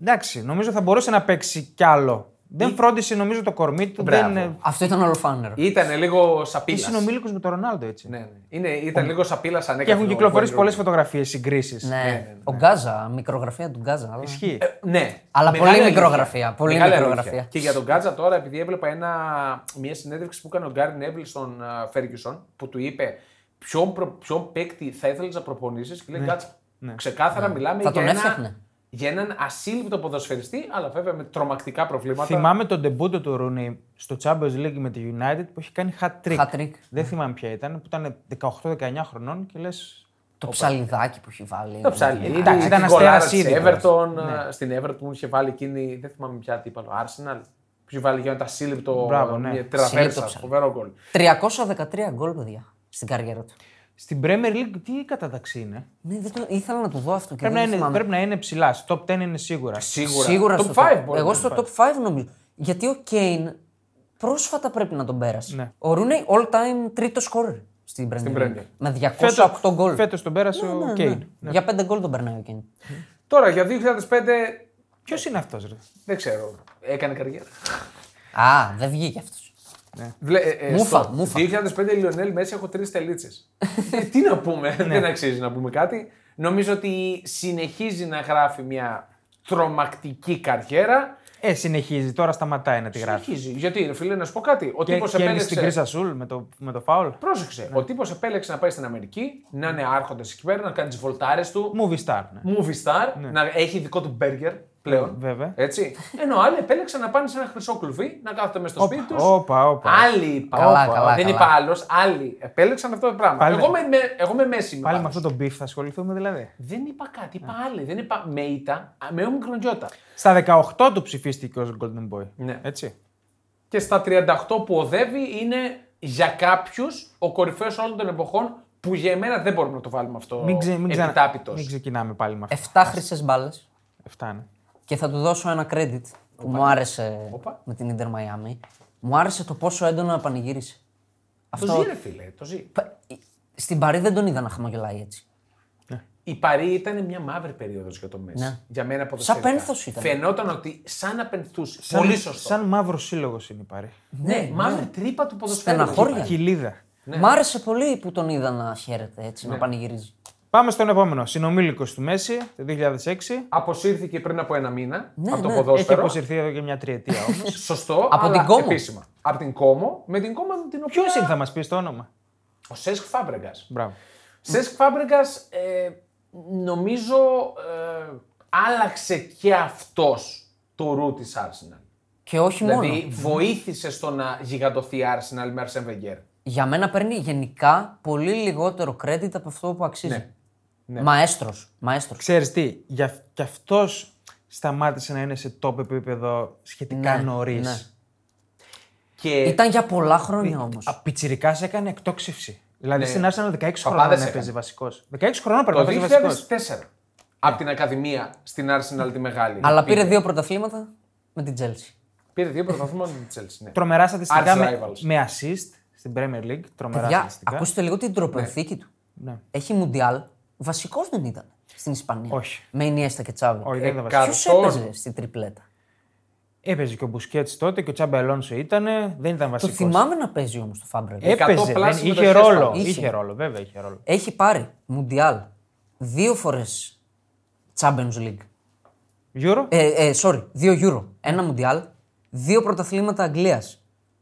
C: Εντάξει, νομίζω θα μπορούσε να παίξει κι άλλο. Δεν φρόντισε νομίζω το κορμί του.
A: Μπράβο.
C: Δεν... ε,
B: Αυτό ήταν ολοφάνερο.
A: Ήταν λίγο
C: Είναι
A: σαπίλα.
C: συνομήλικο με τον Ρονάλντο, έτσι.
A: Ναι, ναι. Είναι, ήταν λίγο σαπίλας ανέκαθεν.
C: Και έχουν
A: ο
C: κυκλοφορήσει
A: Wayne Rooney.
C: πολλές φωτογραφίες, συγκρίσεις.
B: Ναι. Ο Γκάζα, μικρογραφία του Γκάζα. αλλά-
C: Ισχύει.
A: Ε, ναι.
B: Αλλά
A: Μεγάλη
B: πολύ
A: αλήθεια.
B: μικρογραφία, πολύ
A: Μεγάλη
B: μικρογραφία.
A: αλήθεια. Και για τον Γκάτζα τώρα, επειδή έβλεπα ένα, μια συνέντευξη που έκανε ο Γκάρι Νέβιλ στον ε, Φέργισον, που του είπε ποιον, προ, ποιον παίκτη θα ήθελες να προπονήσεις.
C: Ναι.
A: Και λέει Γκάτζα. Ξεκάθαρα μιλάμε
B: Ναι. Θα
A: για,
B: τον
A: ένα,
B: έφτιαχνε.
A: για έναν ασύλληπτο ποδοσφαιριστή, αλλά βέβαια με τρομακτικά προβλήματα.
C: Θυμάμαι τον τεμπούτο του Ρούνι στο Champions League με τη United που έχει κάνει hat-trick.
B: Hat-trick. ναι.
C: Δεν θυμάμαι ποια ήταν, που ήταν 18-19 χρονών και λες.
B: Το ψαλιδάκι που έχει βάλει. Ε,
A: Το ψάλι.
C: Εντάξει, ήταν αστέρας ήδη,
A: Everton, ε, Στην Everton είχε βάλει εκείνη, δεν θυμάμαι πια τι είπα, το Arsenal. Που είχε βάλει για ένα ασύλληπτο
C: Μπράβο, ναι.
A: μια
B: Σύλληπτο
A: τραβέρσα,
B: ψάλι.
A: φοβερό γκολ.
B: 313 γκολ, παιδιά, στην καριέρα του.
C: Στην Premier League τι κατάταξη είναι.
B: Ναι, δεν το... ήθελα να το δω αυτό και
C: Πρέπει να,
B: δεν το
C: είναι,
B: θυμάμαι.
C: πρέπει να είναι ψηλά. Στο top 10 είναι σίγουρα.
A: Σίγουρα.
B: Σίγουρα
A: Top
B: στο
A: five μπορεί
B: Εγώ
A: να
B: στο
A: είναι.
B: top 5 νομίζω. Γιατί ο Κέιν πρόσφατα πρέπει να τον πέρασε.
C: Ναι.
B: Ο Ρούνεϊ all time τρίτος scorer στην Premier League.
A: Premier.
B: Με 208
C: Φέτος-
B: γκολ.
C: Φέτος τον πέρασε
B: Ναι,
C: ο
B: ναι,
C: Κέιν.
B: ναι. Για 5 γκολ τον περνάει ο Κέιν.
A: Τώρα για 2005
C: Ποιος είναι αυτός, ρε.
A: δεν ξέρω. Έκανε καριέρα.
B: Α, δεν βγήκε αυτός.
A: Βλέ, ε, ε,
B: Μούφα,
A: στο
B: μούφα.
A: 2005 Λιονέλ Μέση έχω τρεις τελίτσες. τι να πούμε, δεν αξίζει να πούμε κάτι. Νομίζω ότι συνεχίζει να γράφει μια τρομακτική καριέρα.
C: Ε, συνεχίζει. Τώρα σταματάει να τη γράφει.
A: Συνεχίζει. Γιατί, ρε φίλε, να σου πω κάτι. Ο
C: Και
A: τύπος
C: κέρδισε την
A: επέλεξε.
C: Κρίσα Σούλ με το, με το φάουλ.
A: Πρόσεξε.
C: Ναι.
A: Ο τύπος επέλεξε να πάει στην Αμερική, να είναι άρχοντας εκεί πέρα, να κάνει τις βολτάρες του.
C: Movie star. Ναι.
A: movie star, να έχει δικό του μπέργκερ πλέον.
C: Βέβαια.
A: Έτσι. Ενώ άλλοι επέλεξαν να πάνε σε ένα χρυσό κλουβί, να κάθονται μέσα στο σπίτι τους.
C: όπα, όπα.
A: Άλλοι είπα.
B: Καλά,
A: όπα,
B: καλά,
A: δεν
B: καλά.
A: είπα άλλος. Άλλοι επέλεξαν αυτό το πράγμα.
C: Πάλι-
A: Εγώ, με, με, εγώ με μέση είμαι
C: Πάλι με
A: πάντως.
C: αυτό Ναι. το beef θα ασχοληθούμε δηλαδή.
A: Δεν είπα κάτι, είπα άλλοι. Δεν είπα με ήττα, α, με όμικρον γιώτα.
C: Στα 18 του ψηφίστηκε ω Golden Boy.
A: Ναι.
C: Έτσι.
A: Και στα 38 που οδεύει είναι για κάποιους ο κορυφαίος όλων των εποχών που για μένα δεν μπορούμε να το βάλουμε αυτό
C: Μην, ξε, μην, ξανα...
A: επιτάπητος.
C: μην ξεκινάμε πάλι με αυτό. ναι.
B: 7 χρυσέ μπάλε.
C: Φτάνε.
B: Και θα του δώσω ένα credit που μου άρεσε
A: Οπα.
B: με την Inter Miami. Μου άρεσε το πόσο έντονα πανηγύρισε.
A: Το ζει, ρε φίλε, το ζει.
B: Πα- Στην Παρή δεν τον είδα να χαμογελάει έτσι.
A: Η Παρή ήταν μια μαύρη περίοδος για το Μέση.
B: Ναι.
A: Για μένα ποδοσφαιρικά.
B: Σαν πένθος ήταν.
A: Φαινόταν ότι σαν να πενθούσε. Πολύ σωστό.
C: Σαν μαύρος σύλλογος είναι η Παρή.
A: Ναι, μαύρη τρύπα του ποδοσφαίρου.
B: Στεναχώρια. Ναι.
C: Χιλίδα.
B: Μ' άρεσε πολύ που τον είδα να χαίρεται έτσι,
A: Ναι.
B: να πανηγυρίζει.
C: Πάμε στον επόμενο. Συνομήλικος του Μέση το 2006.
A: Αποσύρθηκε πριν από ένα μήνα
B: Ναι,
A: από το
B: ναι.
C: Έχει
A: ποδόσφαιρο.
C: αποσυρθεί εδώ και μια τριετία όμως.
A: Σωστό.
B: Από
A: αλλά
B: την Κόμο.
A: Επίσημα. Από την Κόμο. Με την Κόμο με την οποία.
C: Ποιο είναι, θα μας πεις το όνομα.
A: Ο Σέσκ Φάμπρεγκας.
C: Μπράβο.
A: Σέσκ Φάμπρεγκας ε, νομίζω ε, άλλαξε και αυτός το ρου της Arsenal.
B: Και όχι
A: Δηλαδή
B: μόνο.
A: βοήθησε στο να γιγαντωθεί η Arsenal με Arsene Wenger.
B: Για μένα παίρνει γενικά πολύ λιγότερο credit από αυτό που αξίζει.
A: Ναι.
B: Μαέστρος. Μαέστρος.
C: Ξέρεις τι, για, κι αυτός σταμάτησε να είναι σε top επίπεδο σχετικά
B: Ναι,
C: νωρίς.
B: ναι.
A: Και
B: Ήταν για πολλά χρόνια όμω.
C: Πιτσυρικά έκανε εκτόξευση.
B: Ναι.
C: Δηλαδή στην Arsenal 16
A: Παπάδες
C: χρόνων
A: έκανε.
C: έπαιζε βασικό. 16 χρόνων
A: το
C: πρέπει να
A: 2004.
C: βασικό.
A: Από την Ακαδημία στην Arsenal τη μεγάλη.
B: Αλλά πήρε δύο πρωταθλήματα με την Chelsea.
A: Πήρε δύο πρωταθλήματα με τη Chelsea. Ναι.
C: Τρομερά στατιστικά
A: Arch
C: με,
A: rivals.
C: με assist στην Premier League. Τρομερά
B: Παιδιά,
C: στατιστικά.
B: ακούστε λίγο την τροπενθήκη του.
C: Ναι.
B: Έχει Μουντιάλ. Βασικός δεν ήταν στην Ισπανία.
C: Όχι.
B: Με Ινιέστα και Τσάβη.
C: Όχι, δεν ήταν
A: Εκα-
C: βασικό.
B: Ποιο
A: Καρσόν.
B: έπαιζε στην τριπλέτα.
C: Έπαιζε και ο Μπουσκέτ τότε και ο Τσάμπε Αλόνσο ήταν. Δεν ήταν
B: Το
C: βασικός.
B: θυμάμαι να παίζει όμως το Φάμπρεγ.
C: Έπαιζε.
A: 100 πλάσι
C: δεν-
A: συμμετοχές
C: Είχε ρόλο.
A: πάνω.
B: Είχε.
C: Είχε ρόλο, βέβαια είχε ρόλο.
B: Έχει πάρει Μουντιάλ δύο φορές Champions League.
C: Euro.
B: Ε, ε, sorry, δύο Euro. Ένα Μουντιάλ. Δύο πρωταθλήματα Αγγλίας.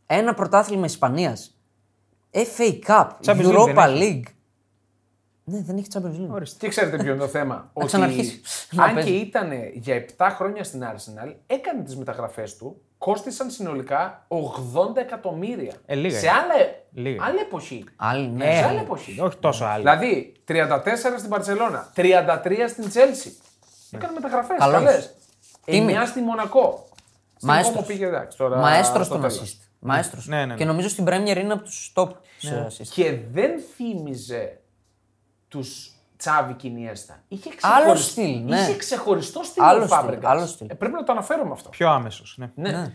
B: Ένα πρωτάθλημα Ισπανίας. FA Cup.
C: Champions League
B: Europa
C: δεν
B: League. Ναι, δεν έχει Champions League.
C: Ορίστε.
A: Και ξέρετε ποιο είναι το θέμα. ότι
B: ξαναρχίσει να
A: αν και
B: παίζει.
A: ήταν για 7 χρόνια στην Arsenal, έκανε τις μεταγραφές του, κόστησαν συνολικά 80 εκατομμύρια.
C: Ε, λίγα
A: σε
C: είναι.
A: άλλη,
C: Λίγα.
A: άλλη εποχή.
B: Άλλη, ναι.
A: σε
B: Ε,
A: άλλη εποχή.
C: Όχι τόσο άλλο.
A: Δηλαδή 34 στην Παρσελώνα, 33 στην Τσέλσι.
B: Ναι.
A: Έκανε μεταγραφές.
B: Καλός.
A: Καλές.
B: Τίμιος.
A: 9 στη Μονακό. Στην
B: Μαέστρος.
A: Κόμπο πήγε εντάξει. Τώρα
B: Μαέστρος
A: στο
B: τον
A: τέλος.
B: assist. Μαέστρος.
C: Ναι, ναι, ναι.
B: Και νομίζω στην Premier είναι από τους top σε assist.
A: Και δεν θύμιζε τους Τσάβη και Ινιέστα. Είχε
B: Άλλο
A: ξεχωριστ-
B: στυλ, ναι.
A: Είχε ξεχωριστό στυλ
B: Άλλο
A: ο
B: στυλ,
A: Φάμπρεγκας.
B: άλλο στυλ.
A: Ε, πρέπει να το αναφέρουμε αυτό.
C: Πιο άμεσος. Ναι.
A: Ναι.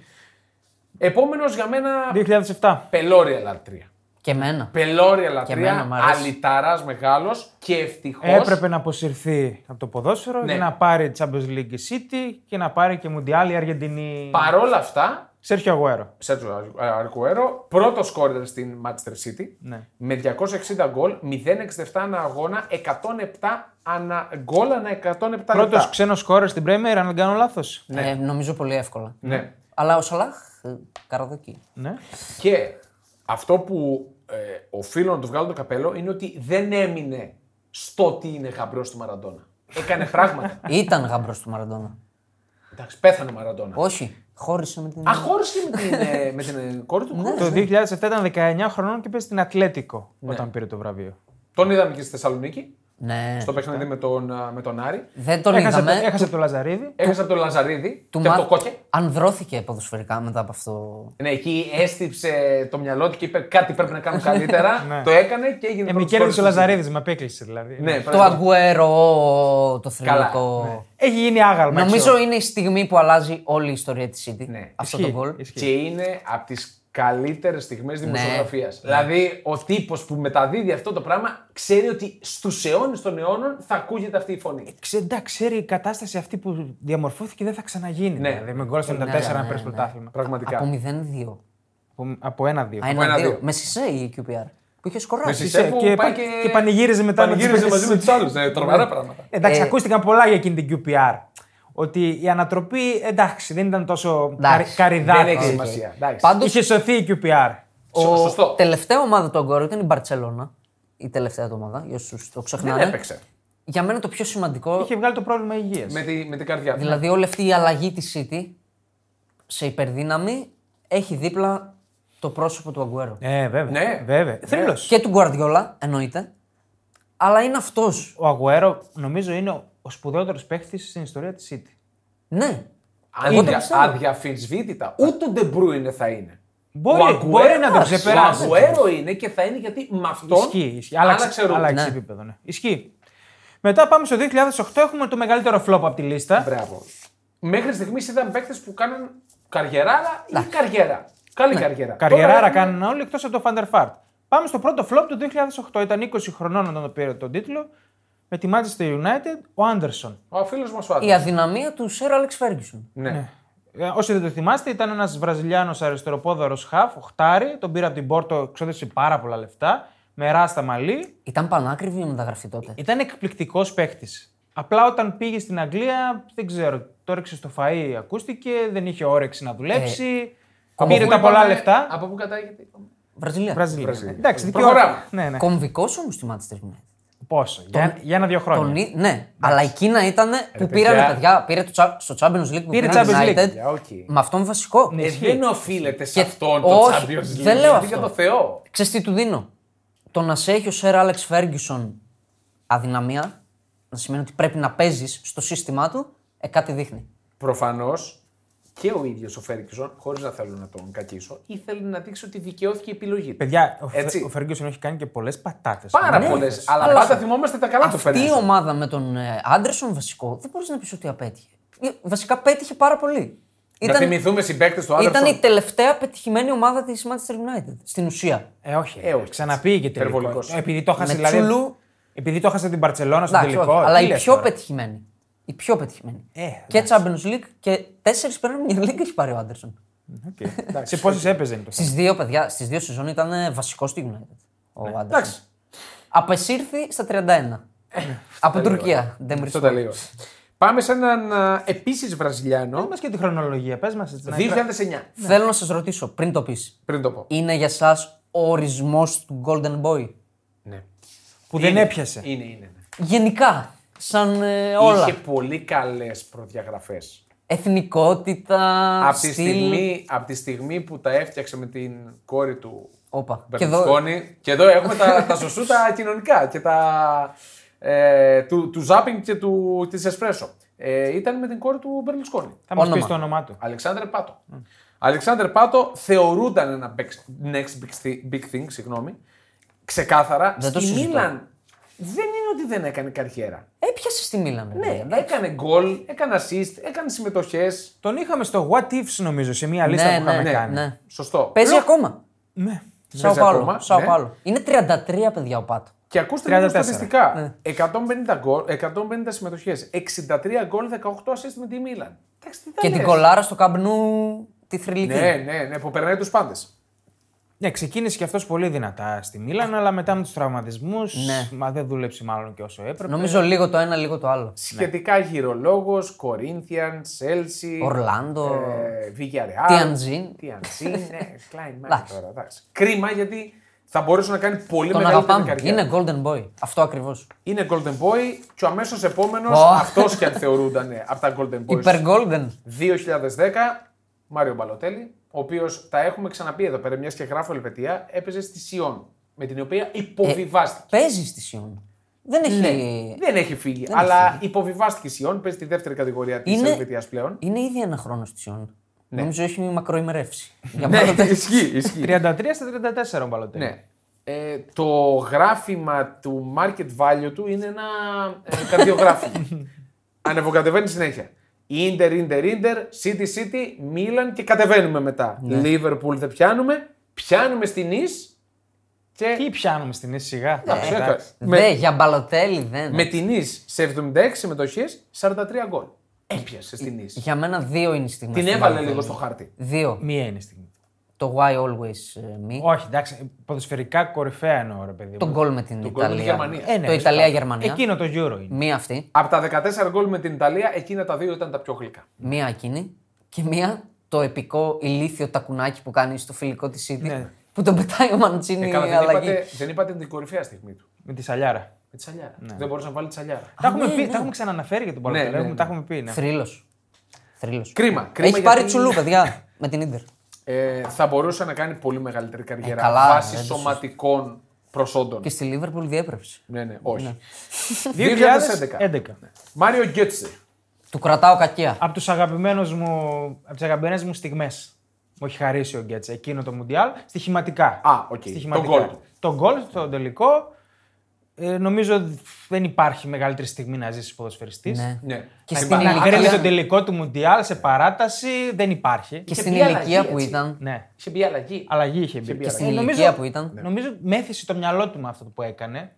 A: Επόμενος για μένα.
B: Ναι.
C: 2007.
A: Πελώρια λατρεία.
B: Και εμένα.
A: Πελώρια
B: εμένα
A: λατρεία.
B: μ' αρέσει.
A: Αλυταράς μεγάλος και ευτυχώς.
C: Έπρεπε να αποσυρθεί από το ποδόσφαιρο
A: Ναι.
C: για να πάρει Champions League η City και να πάρει και Μουντιάλ η Αργεντινή.
A: Παρόλα αυτά,
C: Σέρχιο Αγουέρο.
A: Σέρτζο Αρκουέρο, πρώτο σκόρερ στην Manchester City.
C: Ναι.
A: Με 260 γκολ, 0,67 ανά αγώνα, 107 ανα γκολ ανά 107
C: Πρώτο
A: λεπτά.
C: ξένο χώρο στην Premier, αν δεν κάνω λάθος.
B: Ε, νομίζω πολύ εύκολα.
A: Ναι.
B: Αλλά ο Σαλάχ, ε, καραδοκεί.
C: Ναι.
A: Και αυτό που ε, οφείλω να του βγάλω το καπέλο είναι ότι δεν έμεινε στο ότι είναι γαμπρός του Μαραντόνα. Έκανε πράγματα.
B: Ήταν γαμπρός του Μαραντόνα.
A: Εντάξει, πέθανε ο Μαραντόνα.
B: Όχι, χώρισε με την.
A: Α, χώρισε με την, ε, με την ε, κόρη του. χώρισε.
C: Το 2007 ήταν 19 χρονών και πήγε στην Ατλέτικο όταν πήρε το βραβείο.
A: Τον είδαμε και στη Θεσσαλονίκη,
B: Ναι.
A: στο παιχνίδι με τον, α, με τον Άρη.
B: Δεν τον
C: έχασε,
B: είδαμε.
C: το, έχασε το Λαζαρίδη.
A: Έχασε από τον Λαζαρίδη
B: Του
A: και από
B: Μα-
A: τον Κόκε.
B: Ανδρώθηκε ποδοσφαιρικά μετά από αυτό.
A: Ναι, εκεί έστειψε το μυαλό του και είπε κάτι πρέπει να κάνω καλύτερα.
C: Ναι.
A: το έκανε και έγινε.
C: Ε, με
A: πρώτος
C: κέρδισε ο
A: σκόρερ στη City.
C: Λαζαρίδης, με απέκλεισε δηλαδή.
A: Ναι,
B: Το
A: πράγματι.
B: Αγκουέρο, το θρηλυκό.
A: Καλά,
C: Έχει γίνει άγαλμα.
B: Νομίζω
C: ξέρω.
B: είναι η στιγμή που αλλάζει όλη η ιστορία της City.
A: Ναι.
B: Αυτό
C: Ισχύει,
B: το γκολ.
C: ισχύει.
A: Και είναι από τις καλύτερες στιγμές
B: Ναι.
A: δημοσιογραφίας. Δηλαδή, ο τύπος που μεταδίδει αυτό το πράγμα ξέρει ότι στους αιώνες των αιώνων θα ακούγεται αυτή η φωνή.
C: Ξε, εντάξει, ξέρει η κατάσταση αυτή που διαμορφώθηκε δεν θα ξαναγίνει.
A: Ναι.
C: Δηλαδή με γκολ στο 94
B: ναι,
C: να
B: ναι,
C: παίρνει
B: ναι.
C: πρωτάθλημα.
A: Πραγματικά.
B: Από 0-2.
C: Από- Από ένα-δύο.
B: Α,
A: ένα-δύο.
B: 1-2. Με σισέ η QPR. Που είχες σκοράσει.
A: Σισε που
C: και,
A: πάει
C: πα-
A: και-
C: και πανηγύριζε μετά. με τους
A: Πανηγύριζε μαζί
C: παίκτες.
A: με τους άλλους. Ναι, τρομερά πράγματα.
C: Εντάξει,
B: Ε,
C: ακούστηκαν πολλά για εκείνη την QPR. Ότι η ανατροπή εντάξει, δεν ήταν τόσο καρι,
A: Δεν
C: καριδάτη.
A: έχει σημασία. Εντάξει.
B: Πάντως
C: Είχε σωθεί η QPR.
A: Σω-
B: Ο
A: Σωστό.
B: τελευταία ομάδα του Αγκουέρο ήταν η Μπαρσελόνα. Η τελευταία του ομάδα, για όσους το
A: Δεν
B: ξεχνάνε.
A: έπαιξε.
B: Για μένα το πιο σημαντικό,
C: Είχε βγάλει το πρόβλημα υγείας.
A: Με, τη, με την καρδιά. του.
B: δηλαδή όλη αυτή η αλλαγή της City σε υπερδύναμη, έχει δίπλα το πρόσωπο του Αγκουέρο.
C: Ε, βέβαια.
A: Ναι.
C: βέβαια. Θρύλος.
B: Και του Γκουαρδιόλα, εννοείται. Αλλά είναι αυτός.
C: Ο Αγουέρο νομίζω είναι ο- ο σπουδαιότερος παίχτης στην ιστορία της City.
B: Ναι. Εγώ το
A: Αδια,
B: πιστεύω.
A: αδιαφυσβήτητα. Ούτε ο Ντεμπρούινε θα είναι.
C: Μπορεί-
A: ο Αγκουέρο-
C: μπορεί να τον
A: Ο
C: ξεπεράσει.
A: Αγκουέρο είναι και θα είναι γιατί με αυτόν
C: Ισχύει. ισχύει. Άλλαξε,
A: ρούχα.
C: άλλαξε
B: Ναι.
C: επίπεδο. Ναι. Ισχύει. Μετά πάμε στο 2008. Έχουμε το μεγαλύτερο φλόπ από τη λίστα.
A: Μπράβο. Μέχρι στιγμής ήταν παίκτε που κάναν καριεράρα ή καριέρα.
B: Ναι.
A: Καλή καριέρα.
C: Καριεράρα
A: Τώρα
C: κάνουν όλοι εκτός από το Φαντερφάρτ. Πάμε στο πρώτο φλόπ του 2008. Ήταν 20 χρονών όταν πήρε τον τίτλο. Με τη Manchester United ο Άντερσον.
A: Ο φίλος μας ο Άντρας.
B: Η αδυναμία του Σερ Άλεξ Φέργισον.
A: Ναι.
C: Ε, όσοι δεν το θυμάστε, ήταν ένας Βραζιλιάνος αριστεροπόδαρο χαφ, οχτάρι. Τον πήρε από την Πόρτο, ξόδευσε πάρα πολλά λεφτά. Με ράστα μαλλί.
B: Ήταν πανάκριβη η μεταγραφή
A: Ε,
B: τότε.
C: Ήταν εκπληκτικός παίκτης. Απλά όταν πήγε στην Αγγλία, δεν ξέρω, το έριξε στο φαΐ, ακούστηκε, δεν είχε όρεξη να δουλέψει.
A: Ε, Από
C: πήρε
A: πού
C: τα πολλά
A: είπαμε-
C: λεφτά.
A: Από πού κατάγεται.
B: Βραζιλία.
C: Βραζιλία.
A: Βραζιλία.
C: Εντάξει, δικαιώ-
A: Προχωράμε.
C: Ναι, ναι.
B: Κομβικός όμως στη Manchester United.
C: Πόσο, για, για ένα-δύο χρόνια.
B: Τον... ή- Ναι, αλλά εκείνα ήταν που πήραν
A: παιδιά.
B: παιδιά. Πήρε το τσα- στο Champions League που
C: Πήρε
B: πήρε
C: Champions League,
B: United.
A: παιδιά, οκ.
B: Με αυτόν βασικό.
A: Ε, δεν οφείλεται σε
B: Και-
A: αυτόν το
B: όχι,
A: Champions League.
B: δεν λέω
A: γιατί
B: αυτό.
A: Για το Θεό.
B: Ξέρεις τι του δίνω. Το να σε έχει ο Σερ Άλεξ Φέργκισον αδυναμία, να σημαίνει ότι πρέπει να παίζεις στο σύστημά του, ε, κάτι δείχνει.
A: Προφανώς και ο ίδιος ο Φέρκισον, χωρίς να θέλω να τον κακίσω, ήθελε να δείξει ότι δικαιώθηκε η επιλογή. του.
C: Παιδιά, ο,
A: Έτσι.
C: Φε- ο Φέργκισον έχει κάνει και Ναι. πολλές πατάτες.
A: Πάρα πολλές. Αλλά
B: Αλλά
A: πάντα
B: σου-
A: θυμόμαστε τα καλά του
B: Αυτή η
A: Φέρκισον.
B: ομάδα με τον ε, Άντερσον βασικό δεν μπορείς να πεις ότι απέτυχε. Ε, Βασικά πέτυχε πάρα πολύ.
A: Να θυμηθούμε συμπαίκτες του
B: ήταν η
A: Άντερσον.
B: τελευταία πετυχημένη ομάδα της Manchester United στην ουσία.
C: Ε, όχι.
A: Ε, όχι.
C: Ξαναπήγε τελικό.
A: Υπερβολικός.
C: Ε, Επειδή το έχασε
B: Με
C: δηλαδή.
B: Τσούλου.
C: Επειδή το έχασε την Παρσελόνα στο
B: Εντάξει,
C: τελικό.
B: όχι,
C: τι
B: αλλά η
C: λες
B: πιο
C: τώρα.
B: πετυχημένη. Η πιο πετυχημένη.
C: Ε,
B: και Champions League και τέσσερις Premier League έχει πάρει ο Άντερσον.
C: Οκ. Σε πόσες έπαιζε είναι το
B: Στις δύο, παιδιά, στις δύο σεζόν ήταν ε, βασικό στη United. Ο Άντερσον.
A: Εντάξει.
B: Απεσύρθη στα 31. Από Τουρκία. Δεν
A: Αυτό
B: βρίσκω.
A: τα λέω. Πάμε σε έναν επίσης Βραζιλιάνο.
C: Μας και τη χρονολογία, πες μας.
A: 2009.
B: Θέλω να σας ρωτήσω πριν το πεις.
A: Πριν το πω.
B: Είναι για εσά ο ορισμός του Golden Boy.
A: Ναι.
C: Που δεν
A: Είναι.
C: έπιασε.
A: Είναι, είναι. ναι.
B: Γενικά. Σαν ε, όλα.
A: Είχε πολύ καλές προδιαγραφές.
B: Εθνικότητα,
A: Από τη,
B: στυλ.
A: στιγμή, απ' τη στιγμή που τα έφτιαξε με την κόρη του
B: Όπα. Και εδώ
A: Μπερλουσκόνη. Και εδώ, έχουμε τα, τα σωσού τα κοινωνικά και τα. Ε, του, του ζάπινγκ και του, της εσπρέσο. Ε, ήταν με την κόρη του Μπερλουσκόνη.
C: Θα μας πεις
B: όνομα.
C: το όνομά του.
A: Αλεξάνδρε Πάτο.
B: Ναι.
A: Αλεξάνδρε Πάτο θεωρούνταν ένα big- next big thi- big thing, συγγνώμη. Ξεκάθαρα.
B: Δεν το
A: Στη
B: συζητώ.
A: Μίλαν δεν είναι ότι δεν έκανε καριέρα.
B: έπιασε στη Μίλαν.
A: Ναι, έκανε γκολ, έκανε assist, έκανε συμμετοχές.
C: Τον είχαμε στο What Ifs νομίζω σε μια λίστα
B: Ναι,
C: που είχαμε
B: ναι,
C: κάνει.
B: ναι.
A: Σωστό.
B: Παίζει
A: Λέω-
B: ακόμα.
C: Ναι.
B: Σαο
A: ακόμα,
B: Πάολο. Σαο
A: ναι. Ε,
B: Πάολο. Είναι 33 παιδιά ο Πάτο.
A: Και ακούστε λίγο
C: 34.
A: στατιστικά.
B: Ναι.
A: 150, γκολ, 150 συμμετοχέ, 63 γκολ, 18 assist με τη Μίλαν. Εντάξει, τι τα
B: Και
A: λες.
B: την κολάρα στο καμπνού τη θρηλυκή.
A: Ναι, ναι, ναι, που περνάει τους πάντες.
C: Ναι, ξεκίνησε και αυτός πολύ δυνατά στη Μίλαν, αλλά μετά με τους τραυματισμούς.
B: Ναι.
C: Μα δεν δούλεψε μάλλον και όσο έπρεπε.
B: Νομίζω λίγο το ένα, λίγο το άλλο.
A: Σχετικά
B: Ναι.
A: γυρολόγος, Κορίνθιαν, Σέλσι.
B: Ορλάντο.
A: Βιγιαρεάλ.
B: Tianjin.
A: ε, ναι, Klein Mike
B: Εντάξει.
A: τώρα, εντάξει. Κρίμα γιατί θα μπορούσε να κάνει πολύ
B: Τον
A: μεγαλύτερη
B: αγαπάμε.
A: καριέρα.
B: Είναι Golden Boy. Αυτό ακριβώς.
A: Είναι Golden Boy και ο αμέσως επόμενος,
B: Ω.
A: αυτό και αν θεωρούνταν από τα Golden Boys.
B: Υπερ Golden.
A: 2010, Μάριο Μπαλοτέλη, ο οποίος τα έχουμε ξαναπεί εδώ πέρα, μιας και γράφω Ελβετία, έπαιζε στη Σιόν. Με την
B: Ε,
A: οποία υποβιβάστηκε.
B: Παίζει στη Σιόν. Δεν έχει.
A: δεν έχει φύγει,
B: δεν
A: αλλά
B: έχει
A: υποβιβάστηκε η Σιόν, παίζει τη δεύτερη κατηγορία της
B: Είναι-
A: Ελβετίας πλέον.
B: Είναι ήδη ένα χρόνο στη Σιόν. Νομίζω έχει μακροημερεύσει. Για
A: Ναι,
B: πάντα τα-
A: ισχύει, ισχύει.
C: 33 στα 34 ο Μπαλοτέλη.
A: Ναι. Ε, το γράφημα του market value του είναι ένα ε, καρδιογράφημα. Ανεβοκατεβαίνει συνέχεια. Ίντερ, Ίντερ, Ίντερ, City, City, Μίλαν και κατεβαίνουμε μετά. Λίβερπουλ δεν πιάνουμε, πιάνουμε στην Ις και...
C: Τι πιάνουμε στην ίση σιγά.
A: Εντάξει,
C: Ε,
A: έκανε.
C: εντάξει.
A: με,
B: Δε, για μπαλοτέλη δεν.
A: με την Ις σε 76 συμμετοχές, 43 γκολ. Έπιασε στην Ις.
B: Για μένα δύο είναι οι στιγμές.
A: Την
B: του
A: έβαλε
B: Balotelli.
A: λίγο στο χάρτη.
B: Δύο.
C: Μία είναι η στιγμή.
B: Το Why Always ε, Me.
C: Όχι, εντάξει, ποδοσφαιρικά κορυφαία εννοώ, ρε παιδί.
B: Το
C: μου.
B: γκολ με την
A: Το γκολ με τη
B: Ιταλία. Ναι.
A: Γερμανία.
C: Ε, ναι,
B: το
C: φυσικά.
B: Ιταλία-Γερμανία.
C: Εκείνο το Euro είναι.
B: Μία αυτή,
A: Από τα 14 γκολ με την Ιταλία, εκείνα τα δύο ήταν τα πιο γλυκά.
B: μία εκείνη και μία το επικό ηλίθιο τακουνάκι που κάνει στο φιλικό της City. Που τον πετάει ο Μαντσίνη
A: Ναι. Ε,
B: η
A: καλά, δεν,
B: αλλαγή.
A: είπατε, δεν είπατε την κορυφαία στιγμή του.
C: Με τη Σαλιάρα.
A: Με τη σαλιάρα. Δεν μπορούσε να βάλει τη σαλιάρα.
C: Τα έχουμε,
B: ναι,
C: πει,
B: ναι.
C: τα έχουμε ξαναναφέρει για τον
A: Ναι,
C: Παλαιό.
A: ναι, ναι.
C: Τα έχουμε πει. Ναι.
B: Θρύλος. Θρύλος.
A: Κρίμα. κρίμα
B: Έχει πάρει
A: γιατί,
B: τσουλού, παιδιά, με την ντερ.
A: Ε, θα μπορούσε να κάνει πολύ μεγαλύτερη καριέρα
B: Ε, καλά,
A: βάσει
B: δεν το
A: σωματικών προσόντων.
B: Και στη Λίβερπουλ διέπρεψε.
A: Ναι, ναι, όχι. 2011.
C: 2011.
B: Ναι.
A: Μάριο Γκέτσε.
B: Του κρατάω κακία.
C: από τους αγαπημένους μου, από τις αγαπημένες μου στιγμές. Μου έχει χαρίσει ο Γκέτσε εκείνο το Μουντιάλ. Στοιχηματικά.
A: Α, οκ.
C: Στοιχηματικά.
A: Το γκολ του.
C: Το γκολ στο τελικό. Ε, νομίζω δεν υπάρχει μεγαλύτερη στιγμή να ζήσει ποδοσφαιριστής.
B: Ναι.
A: Ναι.
B: Και
A: Να
B: στην
A: υπά-
C: Να
B: ηλικία-
C: κρίνει
A: Άκρη-
C: το τελικό του Μουντιάλ σε παράταση δεν υπάρχει.
B: Και
A: είχε
B: στην
A: μπει
B: ηλικία
A: αλλαγή,
B: που
A: έτσι.
B: ήταν.
C: Ναι.
A: Είχε μπει αλλαγή.
C: Αλλαγή είχε μπει.
A: μπει Και
B: στην
C: Ε,
B: ηλικία
C: νομίζω-
B: που ήταν. Ναι.
C: Νομίζω μέθησε το μυαλό του με αυτό που έκανε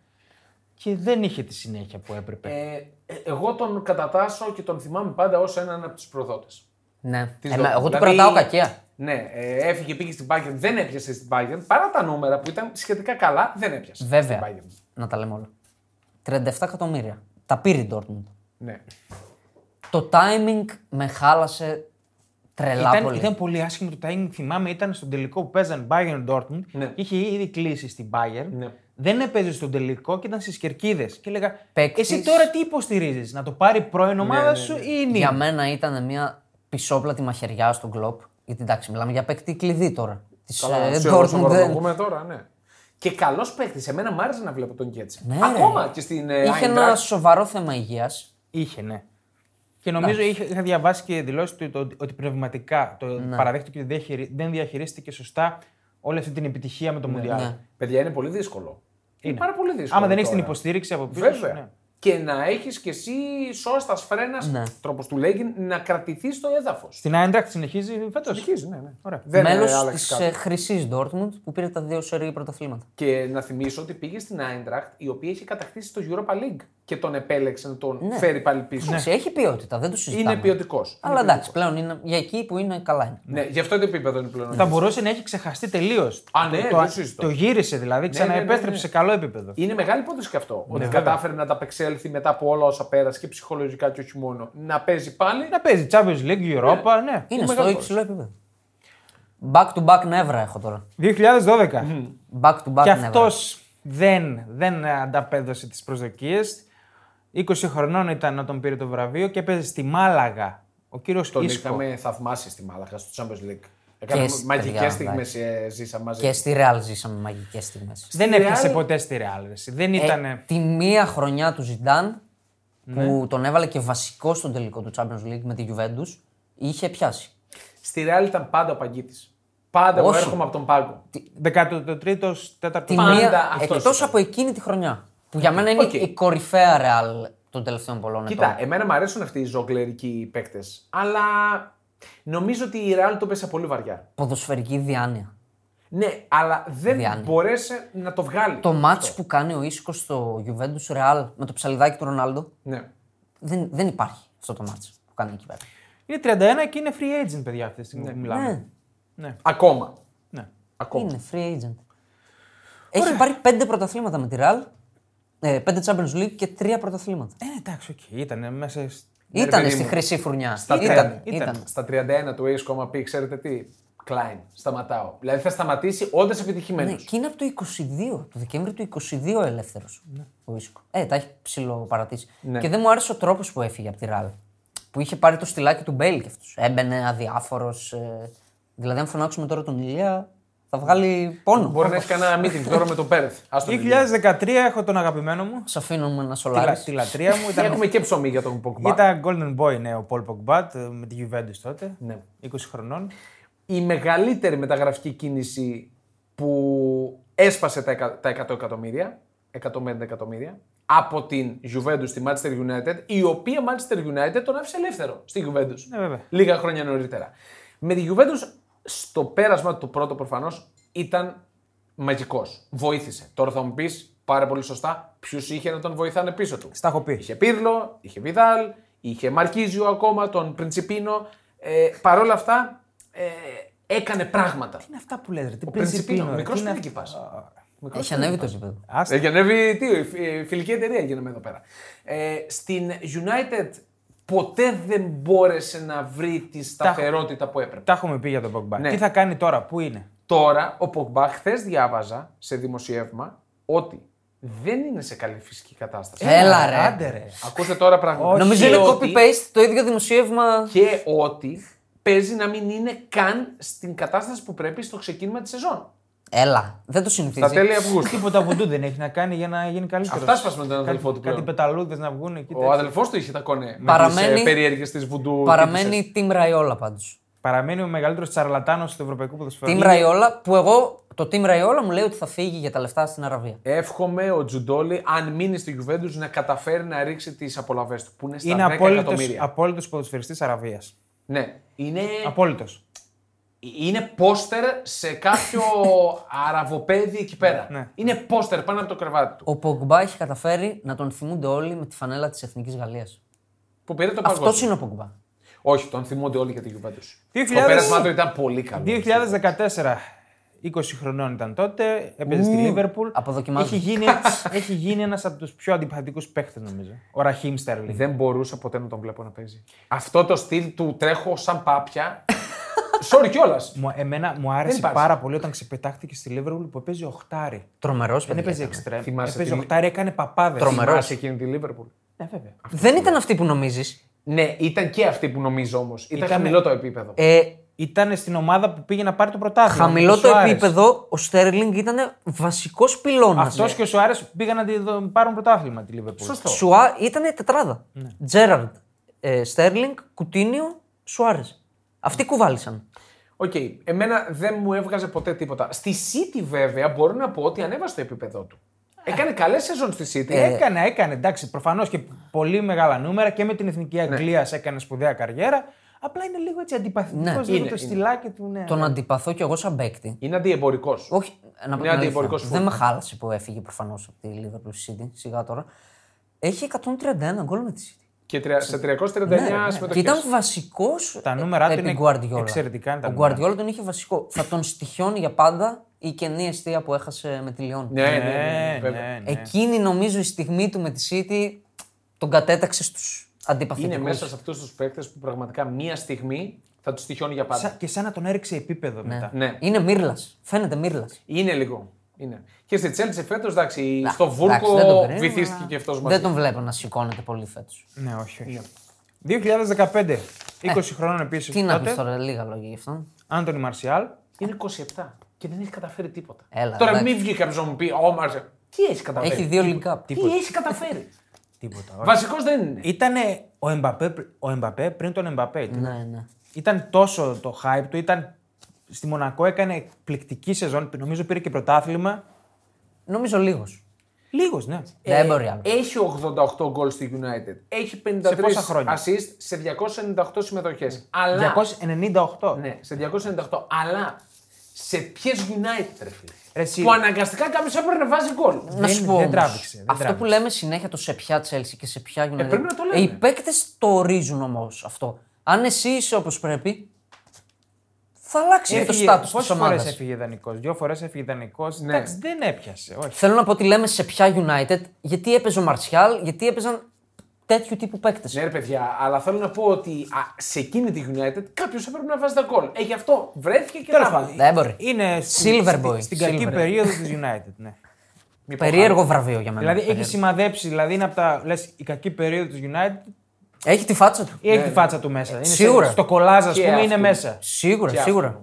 C: και δεν είχε τη συνέχεια που έπρεπε.
A: Ε, ε, εγώ τον κατατάσσω και τον θυμάμαι πάντα ως έναν από τους προδότε.
B: Ναι.
A: Της
B: Εμέ-
A: Dortmund.
B: εγώ του
A: Δηλαδή-
B: κρατάω κακία.
A: Ναι, ε, έφυγε, πήγε στην Bayern, δεν έπιασε στην Bayern. Παρά τα νούμερα που ήταν σχετικά καλά, δεν έπιασε.
B: Βέβαια.
A: Στην Bayern.
B: Να τα λέμε όλα. 37 εκατομμύρια. Τα πήρε η Dortmund.
A: Ναι.
B: Το timing με χάλασε τρελά
C: Ήταν,
B: πολύ.
C: ήταν πολύ άσχημο το timing. Θυμάμαι, ήταν στον τελικό που παίζαν Bayern Dortmund.
A: Ναι.
C: Είχε ήδη κλείσει στην Bayern.
A: Ναι.
C: δεν έπαιζε στον τελικό και ήταν στις κερκίδες. Και λέγα,
B: Παίκτης.
C: εσύ τώρα τι υποστηρίζεις, να το πάρει πρώην ομάδα σου ή η
B: Για
C: νύχτα.
B: μένα ήταν μια πισόπλατη μαχαιριά στον κλοπ. Γιατί εντάξει, μιλάμε για παίκτη κλειδί τώρα. ε, Τη
A: Καλά, σε όσο παρακολουθούμε τώρα, ναι. Και καλός παίκτης. Εμένα μ' άρεσε να βλέπω τον Γκέτσε.
B: Ναι.
A: Ακόμα και στην ε,
B: Είχε
A: Eintracht.
B: ένα σοβαρό θέμα υγείας.
C: Είχε, ναι. Και νομίζω είχε, είχα διαβάσει και δηλώσεις του το- ότι πνευματικά το παραδέχτηκε ότι δεν χειρι- δεν διαχειρίστηκε σωστά όλη αυτή την επιτυχία με το Μουντιάλ.
B: ναι.
A: Παιδιά, είναι πολύ δύσκολο. Είναι, πάρα πολύ δύσκολο.
C: Άμα δεν έχεις την
A: τώρα.
C: υποστήριξη από πίσω. σου,
A: Βέβαια.
C: ναι.
A: Και να έχεις κι εσύ σώστας φρένας,
B: Ναι.
A: τρόπος του λέγει, να κρατηθείς στο έδαφος.
C: Στην Άιντρακτ συνεχίζει φέτος.
A: Συνεχίζει, ναι, ναι.
C: Ωραία.
A: Δεν
B: Μέλος
A: ε, άλλαξε κάτι.
B: τη χρυσή Ντόρτμουντ που πήρε τα δύο σερή πρωταθλήματα.
A: Και να θυμίσω ότι πήγε στην Άιντραχτ, η οποία είχε κατακτήσει το Europa League και τον επέλεξε να τον φέρει πάλι πίσω.
C: Ναι.
B: Εντάξει, Έχει ποιότητα, δεν το Ναι. συζητάμε.
A: Είναι ποιοτικός.
B: Αλλά εντάξει, πλέον είναι για εκεί που είναι καλά. Είναι.
A: Ναι, γι' αυτό το επίπεδο είναι πλέον.
C: Θα μπορούσε να έχει ξεχαστεί τελείως.
A: Α, ναι,
C: το,
A: δεν συζητώ.
C: το γύρισε δηλαδή, ξαναεπέστρεψε
A: ναι, ναι.
C: σε καλό επίπεδο.
A: Είναι μεγάλη υπόθεση και αυτό.
B: Ναι,
A: ότι κατάφερε να ταπεξέλθει μετά από όλα όσα πέρασε και ψυχολογικά και όχι μόνο. Να παίζει πάλι.
C: Να παίζει Champions League, Europa, ναι.
B: Είναι στο
A: μεγάλος
B: υψηλό επίπεδο. Back to back νεύρα έχω τώρα.
C: 2012.
B: Back to back
C: Και
B: νεύρα.
C: αυτός δεν, δεν ανταπέδωσε τις προσδοκίες. 20 χρονών ήταν όταν πήρε το βραβείο και παίζει στη Μάλαγα. Ο κύριος
A: Τον
C: Ίσκο.
A: είχαμε θαυμάσει στη Μάλαχα στο Champions League. Έκανε
B: σ-
A: μαγικές
B: παιδιά,
A: στιγμές ε, ζήσαμε μαζί.
B: Και στη Real ζήσαμε μαγικές στιγμές.
C: Δεν
A: Στη
C: έπιασε
A: Real-
C: ποτέ στη Real. ρε. Δεν ήταν.
B: Ε, τη μία χρονιά του Ζιντάν
A: Ναι.
B: που τον έβαλε και βασικό στον τελικό του Champions League με τη Juventus είχε πιάσει.
A: Στη Real ήταν πάντα ο παγκίτης. Πάντα εγώ
B: Όχι.
A: έρχομαι από τον πάγκο.
C: 13ο, 4ο.
B: Τη
A: Πάντα
B: μία,
A: αυτός
B: εκτός
A: ήταν.
B: από εκείνη τη χρονιά που για μένα είναι
A: Οκ.
B: η κορυφαία Real των τελευταίων πολλών
A: Κοίτα,
B: ετών.
A: εμένα μου αρέσουν αυτοί οι ζωγκλερικοί παίκτες. Αλλά νομίζω ότι η Real το πέσε πολύ βαριά.
B: Ποδοσφαιρική διάνοια.
A: Ναι, αλλά δεν
B: Διάννη.
A: μπορέσε να το βγάλει.
B: Το μάτς που κάνει ο Ίσκος στο Juventus Real με το ψαλιδάκι του Ρονάλντο
A: Ναι.
B: δεν, δεν υπάρχει αυτό το μάτς που κάνει εκεί πέρα.
C: Είναι 31 και είναι free agent, παιδιά, αυτή τη στιγμή που μιλάμε.
B: Ναι,
A: Ακόμα.
C: Ναι.
A: Ακόμα.
B: είναι free agent. Έχει πάρει πέντε πρωταθλήματα με τη Real, ε, πέντε Champions League και τρία πρωταθλήματα.
C: Ε, εντάξει, οκ, ήταν μέσα. σ-
B: Ήτανε
A: Ναι, παιδί
B: στη
A: μου.
B: χρυσή φουρνιά.
A: Στα
B: Ήτανε,
A: 30,
B: ήτανε.
A: Στα 31 του Ace Coma P, ξέρετε τι. Κλάιν, σταματάω. Δηλαδή θα σταματήσει όντας επιτυχημένος.
B: Ναι, και είναι από το 22, το Δεκέμβρη του 22 ελεύθερος
A: Ναι.
B: ο Ίσκο. Ε, τα έχει ψηλοπαρατήσει. Και δεν μου άρεσε ο τρόπος που έφυγε από τη Ραλ. Που είχε πάρει το στυλάκι του Μπέιλ και αυτός. Έμπαινε αδιάφορος. Ε, δηλαδή, αν φωνάξουμε τώρα τον Ηλία, θα βγάλει πόνο.
A: Μπορεί να έχει κανένα meeting τώρα με τον Πέρεθ. Ας τον
C: 2013 έχω τον αγαπημένο μου.
B: Σα αφήνουμε ένα
C: Τη, λα-
B: σολάρι.
C: τη λατρεία μου.
A: Ηλία.
C: Ήταν,
A: Έχουμε και ψωμί για τον Ποκμπά.
C: ήταν Golden Boy, ναι, ο Πολ Pogba ε, με τη Juventus τότε.
A: Ναι.
C: 20 χρονών.
A: Η μεγαλύτερη μεταγραφική κίνηση που έσπασε τα εκα- τα 100 εκατομμύρια, 150 εκατομμύρια, από την Juventus στη Manchester United, η οποία Manchester United τον άφησε ελεύθερο στη Juventus.
C: Ναι, βέβαια.
A: Λίγα χρόνια νωρίτερα. Με τη Juventus στο πέρασμα του πρώτο προφανώς ήταν μαγικός. Βοήθησε. Τώρα θα μου πεις πάρα πολύ σωστά ποιους είχε να τον βοηθάνε πίσω του.
C: Στα έχω πει.
A: Είχε Πύρλο, είχε Βιδάλ, είχε Μαρκίζιο ακόμα, τον Πριντζιπίνο. Ε, Παρ' όλα αυτά ε, έκανε πράγματα.
C: Είναι αυτά που λες, ρε. Τι
A: Ο Πριντζιπίνο,
C: ρε,
A: μικρός
C: τι είναι
A: πρίγκιπα.
B: Έχει ανέβει το επίπεδο.
C: Άστα.
A: Έχει ανέβει τι, η φιλική εταιρεία γίναμε εδώ πέρα. Ε, στην United ποτέ δεν μπόρεσε να βρει τη σταθερότητα που έπρεπε.
C: Τα έχουμε πει για τον Pogba.
A: Ναι.
C: Τι θα κάνει τώρα, πού είναι.
A: Τώρα, ο Πογμπά, χθες διάβαζα σε δημοσιεύμα ότι δεν είναι σε καλή φυσική κατάσταση.
B: Έλα ρε.
C: Άντε, ρε.
A: Ακούστε τώρα πράγματα.
C: Όχι.
B: Νομίζω είναι
A: Και ότι-
B: copy-paste το ίδιο δημοσίευμα.
A: Και ότι παίζει να μην είναι καν στην κατάσταση που πρέπει στο ξεκίνημα της σεζόν.
B: Έλα. Δεν το
A: Στα
B: συνηθίζει.
A: τέλη Αυγούστου.
C: Τίποτα βουντού δεν έχει να κάνει για να γίνει καλύτερος.
A: Αυτά σπάσαμε τον αδελφό του
C: Κάτι
A: πλέον.
C: πεταλούδες να βγουν εκεί.
A: Ο
C: τέτοια.
A: αδελφός του είχε τα κονέ.
B: Παραμένει-
A: Με περιέργειε της Βουντού.
B: Παραμένει η Team Raiola πάντως.
C: Παραμένει ο μεγαλύτερος τσαρλατάνος του ευρωπαϊκού ποδοσφαίρου.
B: Team Raiola που εγώ, το Team Raiola μου λέει ότι θα φύγει για τα λεφτά στην Αραβία.
A: Εύχομαι ο Τζουντόλη, αν μείνει στη Γιουβέντους, να καταφέρει να ρίξει τις απολαυές του. Που είναι στα
C: Είναι
A: 10 εκατομμύρια.
C: απόλυτος ποδοσφαιριστής Αραβίας.
A: Ναι. Είναι,
C: Απόλυτος.
A: είναι πόστερ σε κάποιο αραβοπέδι εκεί πέρα.
C: Ναι.
A: Είναι πόστερ πάνω από το κρεβάτι του.
B: Ο Πογκμπά έχει καταφέρει να τον θυμούνται όλοι με τη φανέλα της Εθνικής Γαλλίας.
A: Που πήρε το παγκόσμιο.
B: Αυτός είναι ο Πογκμπά.
A: Όχι, τον θυμούνται όλοι για τη Γιουβέντους. Το
C: 2000
A: πέρασμά του ήταν πολύ καλό.
C: 2014. 20 χρονών ήταν τότε, έπαιζε στη Λίβερπουλ.
B: Αποδοκιμάζω.
C: Έχει γίνει, έχει γίνει ένας από τους πιο αντιπαθητικούς παίχτε, νομίζω. Ο Ραχίμ Στέρλινγκ.
A: Δεν μπορούσα ποτέ να τον βλέπω να παίζει. Αυτό το στυλ του τρέχω σαν πάπια Sorry κιόλας.
C: Μου, εμένα μου άρεσε
A: υπάρχει.
C: πάρα πολύ όταν ξεπετάχτηκε στη Λίβερπουλ που έπαιζε οχτάρι.
B: Τρομερός
C: Δεν έπαιζε
B: παιδί.
C: εξτρέμ.
A: Θυμάσαι
C: Έπαιζε
A: τη-
C: οχτάρι, έκανε παπάδες.
B: Τρομερό.
A: Μάρασε εκείνη τη Λίβερπουλ.
C: Ναι, βέβαια.
B: Δεν ήταν αυτή που νομίζεις.
A: Ναι, ήταν και αυτή που νομίζω όμως. Ήταν
C: Ήτανε-
A: χαμηλό το επίπεδο.
B: Ε,
C: Ήταν στην ομάδα που πήγε να πάρει το πρωτάθλημα.
B: χαμηλό
C: Ο
B: το
C: Σουάρες.
B: επίπεδο, ο Στέρλινγκ ήταν Ε, βασικός πυλώνας.
C: Αυτός και ο Σουάρες πήγαν να τη δο- πάρουν πρωτάθλημα τη Λίβερπουλ.
A: Σωστό.
B: Σουά ήταν τετράδα.
C: Ναι.
B: Τζέραρντ, ε, Στέρλινγκ, Κουτίνιο, Σουάρες. Αυτοί κουβάλισαν.
A: Οκ, εμένα δεν μου έβγαζε ποτέ τίποτα. Στη City βέβαια μπορώ να πω ότι ανέβασε το επίπεδο του. Έκανε καλές σεζόν στη City.
C: Έκανε, έκανε. Εντάξει, προφανώς και πολύ μεγάλα νούμερα και με την εθνική Αγγλίας έκανε σπουδαία καριέρα. Απλά είναι λίγο έτσι αντιπαθητικός.
B: Ναι.
C: λίγο
A: Είναι,
C: το
A: είναι.
C: στυλάκι του. Ναι.
B: Τον αντιπαθώ κι εγώ σαν παίκτη.
A: Είναι αντιεμπορικός.
B: Όχι, να πω την αλήθεια.
A: αντιεμπορικός
B: Δεν
A: φόρμα.
B: με χάλασε που έφυγε προφανώς από τη Liverpool City, σιγά τώρα. Έχει 131 γκολ με τη City.
A: Και
B: Ναι,
A: τρια- σε 339 συμμετοχές.
B: Και ήταν βασικός.
C: Τα νούμερα του είναι
B: Guardiola.
C: εξαιρετικά, είναι τα
B: Ο
C: νούμερα.
B: Guardiola τον είχε βασικό. Θα τον στοιχιώνει για πάντα η κενή αιστεία που έχασε με τη Λιόν.
A: Ναι, ναι,
C: Ναι,
A: ναι, ναι,
C: ναι,
A: βέβαια.
C: ναι.
B: Εκείνη νομίζω η στιγμή του με τη City τον κατέταξε στους
A: Είναι
B: αντιπαθητικούς.
A: μέσα σε αυτούς τους παίκτες που πραγματικά μία στιγμή θα τους τυχιώνει για πάντα.
C: Σα- Και σαν να τον έριξε επίπεδο μετά.
A: Ναι,
B: Είναι μύρλας. Φαίνεται μύρλας.
A: είναι λίγο. Είναι. Και στη Τσέλτσε φέτος, εντάξει,
B: Να,
A: στο
B: εντάξει, δεν τον
A: Βούρκο
B: κρίνουμε,
A: βυθίστηκε
B: αλλά
A: και αυτός μαζί.
B: Δεν τον βλέπω να σηκώνεται πολύ φέτος.
C: Ναι, όχι. όχι. 2015. 20 χρόνων επίσης.
B: Τι να πεις τώρα, λίγα λόγια γι' αυτό.
C: Άντωνη Μαρσιάλ.
A: Είναι 27 και δεν έχει καταφέρει τίποτα.
B: Έλα,
A: Τώρα
B: Ε, εντάξει.
A: μην βγει κάποιος να μου πει, Ω Μάρσε, τι έχεις καταφέρει.
B: Έχει δύο link-up.
A: Τι έχεις καταφέρει.
C: Τίποτα. όχι.
A: Βασικός δεν είναι.
C: Ήτανε ο Εμπαπέ, ο Εμπαπέ πριν τον Εμπαπέ. ήταν.
B: Ναι, ναι.
C: Ήταν τόσο το hype του, ήταν στη Μονακό έκανε εκπληκτική σεζόν, νομίζω πήρε και πρωτάθλημα.
B: Νομίζω λίγος.
C: Λίγος, ναι.
B: Δεν μπορεί άλλο.
A: Έχει 88 γκολ στη United. Έχει 53
C: Σε πόσα χρόνια?
A: assist σε 298 συμμετοχέ. Αλλά.
C: 298.
A: Ναι, σε 298. Αλλά σε ποιες United, ρε φίλε.
C: Ρε, εσύ.
A: Που αναγκαστικά κάποιος έπρεπε να βάζει γκολ.
B: Να
C: Δεν-
B: σου
C: δεν
B: πω. όμως,
C: τράβηξε, δεν
B: αυτό
C: τράβηξε.
B: που λέμε συνέχεια το σε ποια Chelsea και σε ποια United. Ε,
A: πρέπει να το λέμε.
B: Οι παίκτες το ορίζουν όμως αυτό. Αν εσύ είσαι όπως πρέπει, θα αλλάξει
C: Ε,
B: το στάτου της
C: Πόσες φορές
B: ομάδας.
C: έφυγε ιδανικός, δύο φορές έφυγε ιδανικός.
A: Ναι.
C: Εντάξει, δεν έπιασε. Όχι.
B: Θέλω να πω ότι λέμε σε ποια United, γιατί έπαιζε ο Μαρσιάλ, γιατί έπαιζαν τέτοιου τύπου παίκτες.
A: Ναι, ρε παιδιά, αλλά θέλω να πω ότι α, σε εκείνη τη United κάποιος έπρεπε να βάζει τα γκολ. Ε, γι' αυτό βρέθηκε και
C: Τέλος
A: τα
C: πάντων.
A: βάλει.
B: Δεν Ναι, μπορεί.
C: Είναι στη-
B: Silver
C: στη-
B: Boy.
C: στην
B: Silver
C: κακή
B: Boy.
C: περίοδο της United. Ναι.
A: Μη πω
B: Περίεργο βραβείο για μένα.
C: δηλαδή έχει
B: Περίεργο.
C: σημαδέψει, δηλαδή είναι από τα. Λες, η κακή περίοδο της United
B: Έχει τη φάτσα του.
C: ή έχει τη φάτσα του μέσα. Είναι σε-
B: Ναι. Σίγουρα.
C: Στο κολάζ, ας
A: Και
C: πούμε, είναι
A: αυτό.
C: μέσα.
B: Σίγουρα,
A: Και
B: σίγουρα.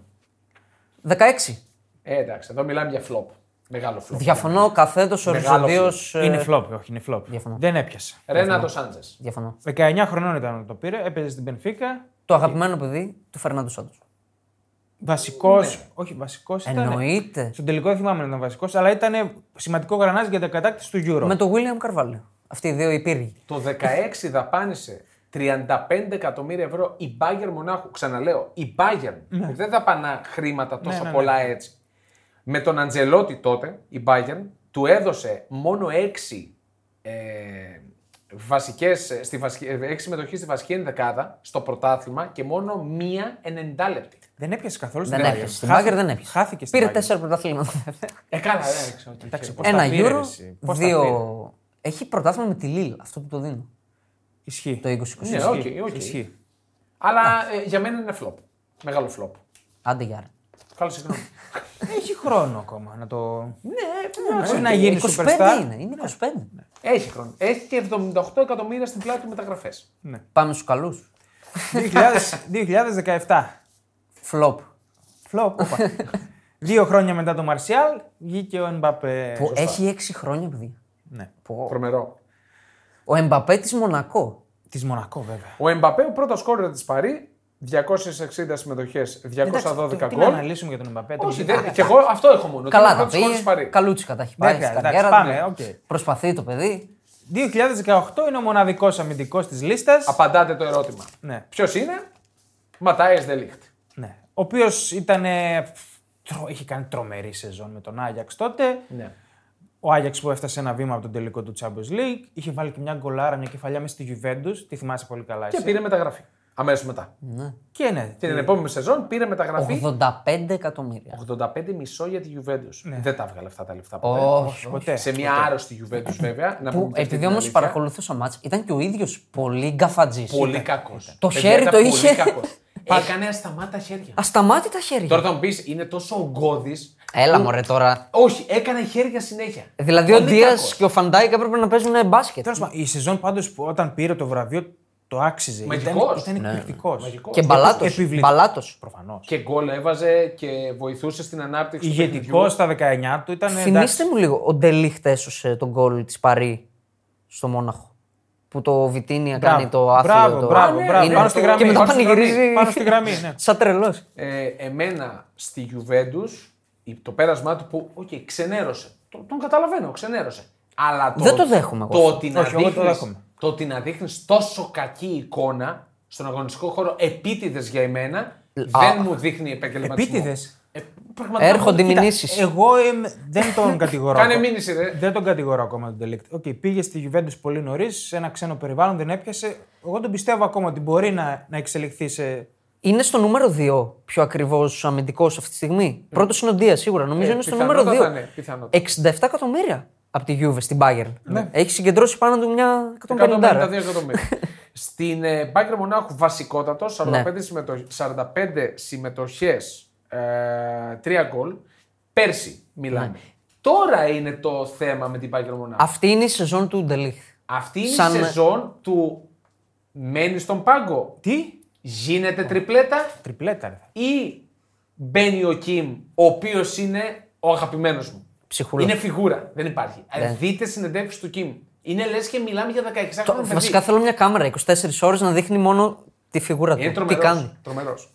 B: 16.
A: Ε, εντάξει, εδώ μιλάμε για flop. Μεγάλο flop.
B: Διαφωνώ καθέτο
A: Μεγάλο
B: οριζοντίω.
C: Είναι flop, όχι, είναι flop.
B: ε, Διαφωνώ.
C: Δεν έπιασε.
A: Ρένατο Σάντζες.
B: Διαφωνώ.
C: 19 χρονών ήταν όταν το πήρε, έπαιζε στην Πενφύκα.
B: Το αγαπημένο παιδί του Φερνάντο Σάντο.
C: Βασικός.
B: Ναι.
C: Όχι, βασικός ήταν.
B: Εννοείται.
C: Στον τελικό δεν θυμάμαι να ήταν βασικός, αλλά ήταν σημαντικό γρανάζι για την κατάκτηση του Euro.
B: Με τον Βίλιαμ Καρβάλιο. Αυτοί οι δύο υπήρχοι.
A: Το 16 δαπάνησε 35 εκατομμύρια ευρώ η Bayern Μονάχου. Ξαναλέω, η Bayern που δεν δαπανά χρήματα τόσο
C: ναι, ναι.
A: πολλά έτσι. Με τον Αντζελότη τότε, η Bayern, του έδωσε μόνο 6 ε, βασικές, ε, στη βασική, ε, έξι συμμετοχή στη βασική ενδεκάδα στο πρωτάθλημα και μόνο μία 90 λεπτή.
C: Δεν έπιασες καθόλου στην
B: Δεν
C: Bayern.
B: έπιασε. Στην
C: Χάθηκε-
B: Μπάγκερ δεν έπιασε.
C: Χάθηκε στην
B: Πήρε
C: Bayern.
B: τέσσερα πρωταθλήματα.
A: Ε, καλά, δεν ξέρω. τι
C: Εντάξει,
A: ξέρω.
C: πώς
B: Ένα
C: τα πήρε,
B: γύρο,
C: εσύ. Πώς τα πήρε.
B: δύο. Έχει πρωτάθλημα με τη Λίλ. Αυτό που το δίνω.
C: Ισχύει.
B: Το 20-20.
A: Ναι,
C: Ισχύει.
A: οκ, οκ.
C: Ισχύει.
A: Αλλά ε, για μένα είναι flop. Μεγάλο flop.
B: Άντε γεια. ρε.
A: Καλό συγγνώμη.
C: Έχει χρόνο ακόμα να το.
A: ναι,
C: Όχι να γίνει
B: 25
C: superstar. Ναι.
B: είναι. Είναι 25.
A: Έχει χρόνο. Έχει και 78 εκατομμύρια στην πλάτη του μεταγραφέ.
B: Πάμε στους καλούς.
C: 2000 2017.
B: Φλοπ.
C: Φλοπ, όπα. Δύο χρόνια μετά το Μαρσιάλ βγήκε ο Εμπαπέ.
B: Που έχει 6 χρόνια, παιδί.
C: Ναι.
A: Τρομερό.
B: Ο Εμπαπέ της Μονακό.
C: Της Μονακό, βέβαια.
A: Ο Εμπαπέ, ο πρώτος κόρη της Παρή, 260 συμμετοχές,
C: Εντάξει,
A: 212
C: τι- τι να
A: γκολ.
C: αναλύσουμε για τον Εμπαπέ. τον
A: Όχι,
C: Εμπαπέ.
A: δεν. Και εγώ αυτό έχω μόνο. ότι
B: Καλά
A: είναι ο
B: τα
A: πρώτος σκόρερ της
B: πήγε.
A: Παρή.
B: Καλούτσικα τα έχει πάρει
C: Εντάξει,
B: στην
C: εντάξει,
B: καριέρα
C: πάμε,
B: του.
C: οκ.
B: Προσπαθεί το παιδί.
C: 2018 είναι ο μοναδικός αμυντικός της λίστας.
A: Απαντάτε το ερώτημα.
C: Ναι.
A: Ποιος είναι, Ματάες Δελίχτ.
C: ναι. Ο οποίος ήταν. ε, τρο- Είχε κάνει τρομερή σεζόν με τον Άγιαξ τότε.
A: Ναι.
C: Ο Άγιαξ που έφτασε ένα βήμα από τον τελικό του Champions League. Είχε βάλει και μια γκολάρα, μια κεφαλιά μέσα στη Juventus. Τη θυμάσαι πολύ καλά.
A: Και
C: Εσύ.
A: πήρε μεταγραφή. Αμέσως μετά.
C: Και ναι.
A: Και την επόμενη σεζόν πήρε μεταγραφή
B: 85 εκατομμύρια.
A: 85 μισό για τη Juventus. Δεν τα έβγαλε αυτά τα λεφτά ποτέ.
B: Όχι.
C: Ποτέ.
A: Ναι. Σε μια άρρωστη Juventus βέβαια. να
B: Που,
A: πούμε και αυτή
B: επειδή
A: την
B: όμω
A: αλήθεια.
B: παρακολουθούσα μάτς, ήταν και ο ίδιος πολύ γκαφατζής.
A: Πολύ κακός.
B: Το χέρι το είχε. Ε,
A: Έκανε ασταμάτα χέρια.
B: Ασταμάτητα χέρια.
A: Τώρα θα μου πεις, είναι τόσο ογκώδης.
B: Έλα μωρέ τώρα.
A: Όχι, έκανε χέρια συνέχεια.
B: Δηλαδή ο
A: Πολύ
B: Δία
A: κακός.
B: και ο Φαντάικ έπρεπε να παίζουν μπάσκετ.
C: Τέλος πάντων, η σεζόν πάντως που όταν πήρε το βραβείο το άξιζε.
A: Μαγικός.
C: Ήταν, ήταν εκπληκτικός.
A: Μαγικός.
B: Και μπαλάτος.
C: Επιβλητικός.
B: Μπαλάτος.
C: Προφανώς.
A: Και γκολ έβαζε και βοηθούσε στην ανάπτυξη του
C: Ηγετικό
A: παιχνιδιού.
C: στα 19 του ήταν. Ε, εντάξει.
B: Θυμήστε μου λίγο, ο Ντελίχτ έσωσε τον γκολ της Παρή στο Μόναχο. Που το Βιτίνια
C: Μπράβο.
B: κάνει το άθλιο.
C: Μπράβο,
B: το...
C: μπράβο,
B: Είναι-
C: μπράβο. Πάνω στη γραμμή.
B: Και μετά
C: Πάνω στη γραμμή.
B: πανηγυρίζει.
C: Πάνω στη γραμμή, ναι.
B: Σαν τρελός.
A: Ε, εμένα στη Γιουβέντους το πέρασμά του που okay, ξενέρωσε. Το- τον καταλαβαίνω, ξενέρωσε. Αλλά το,
B: Δεν το δέχομαι εγώ.
A: Το ότι, να
C: Όχι, εγώ το
A: δείχνεις,
C: δέχομαι.
A: το ότι να δείχνεις τόσο κακή εικόνα στον αγωνιστικό χώρο επίτηδες για εμένα δεν μου δείχνει επαγγελματισμό.
C: Επίτηδες?
A: Ε, πραγματικά.
B: Έρχονται
A: Κοίτα,
B: μηνύσεις.
C: Εγώ εμ, δεν τον κατηγορώ.
A: Κάνε
C: ακόμα.
A: μήνυση, ρε.
C: Δεν τον κατηγορώ ακόμα τον Τελίκτ. Οκ, πήγε στη Juventus πολύ νωρίς, σε ένα ξένο περιβάλλον, δεν έπιασε. Εγώ τον πιστεύω ακόμα ότι μπορεί να, να εξελιχθεί σε.
B: Είναι στο νούμερο 2 πιο ακριβώς αμυντικός αυτή τη στιγμή. Πρώτος είναι ο Ντία σίγουρα. Νομίζω
A: Ε,
B: είναι στο νούμερο
A: πιθανότατα
B: 2.
A: ναι, πιθανότατα. Ναι.
B: 67 εκατομμύρια από τη Juve στην Bayern. Έχει συγκεντρώσει πάνω του μια 150.
A: 152 εκατομμύρια. Στην ε, Μπάγκερ Μονάχου βασικότατος, 45,
B: Ναι.
A: συμμετοχ- 45 συμμετοχές, ε, 3 γκολ. Πέρσι μιλάμε.
B: Ναι.
A: Τώρα είναι το θέμα με την Μπάγκερ Μονάχου.
B: Αυτή είναι η σεζόν του Ντελίχτ.
A: Αυτή είναι
B: Σαν-
A: η σεζόν του μένεις στον πάγκο.
C: Τι?
A: Γίνεται τριπλέτα
C: Τριπλέτα, ρε.
A: ή μπαίνει ο Κιμ, ο οποίος είναι ο αγαπημένος μου.
B: Ψυχούλα. Ναι.
A: Είναι φιγούρα. Δεν υπάρχει. Ε, Δείτε συνεντεύξεις του Κιμ. Είναι λες και μιλάμε για 16
B: Το-
A: χρόνια.
B: Βασικά θέλω μια κάμερα 24 ώρες να δείχνει μόνο τη φιγούρα
A: Είναι
B: του. Τι
A: τρομερός.
B: κάνει.
A: Ε, Τρομερός.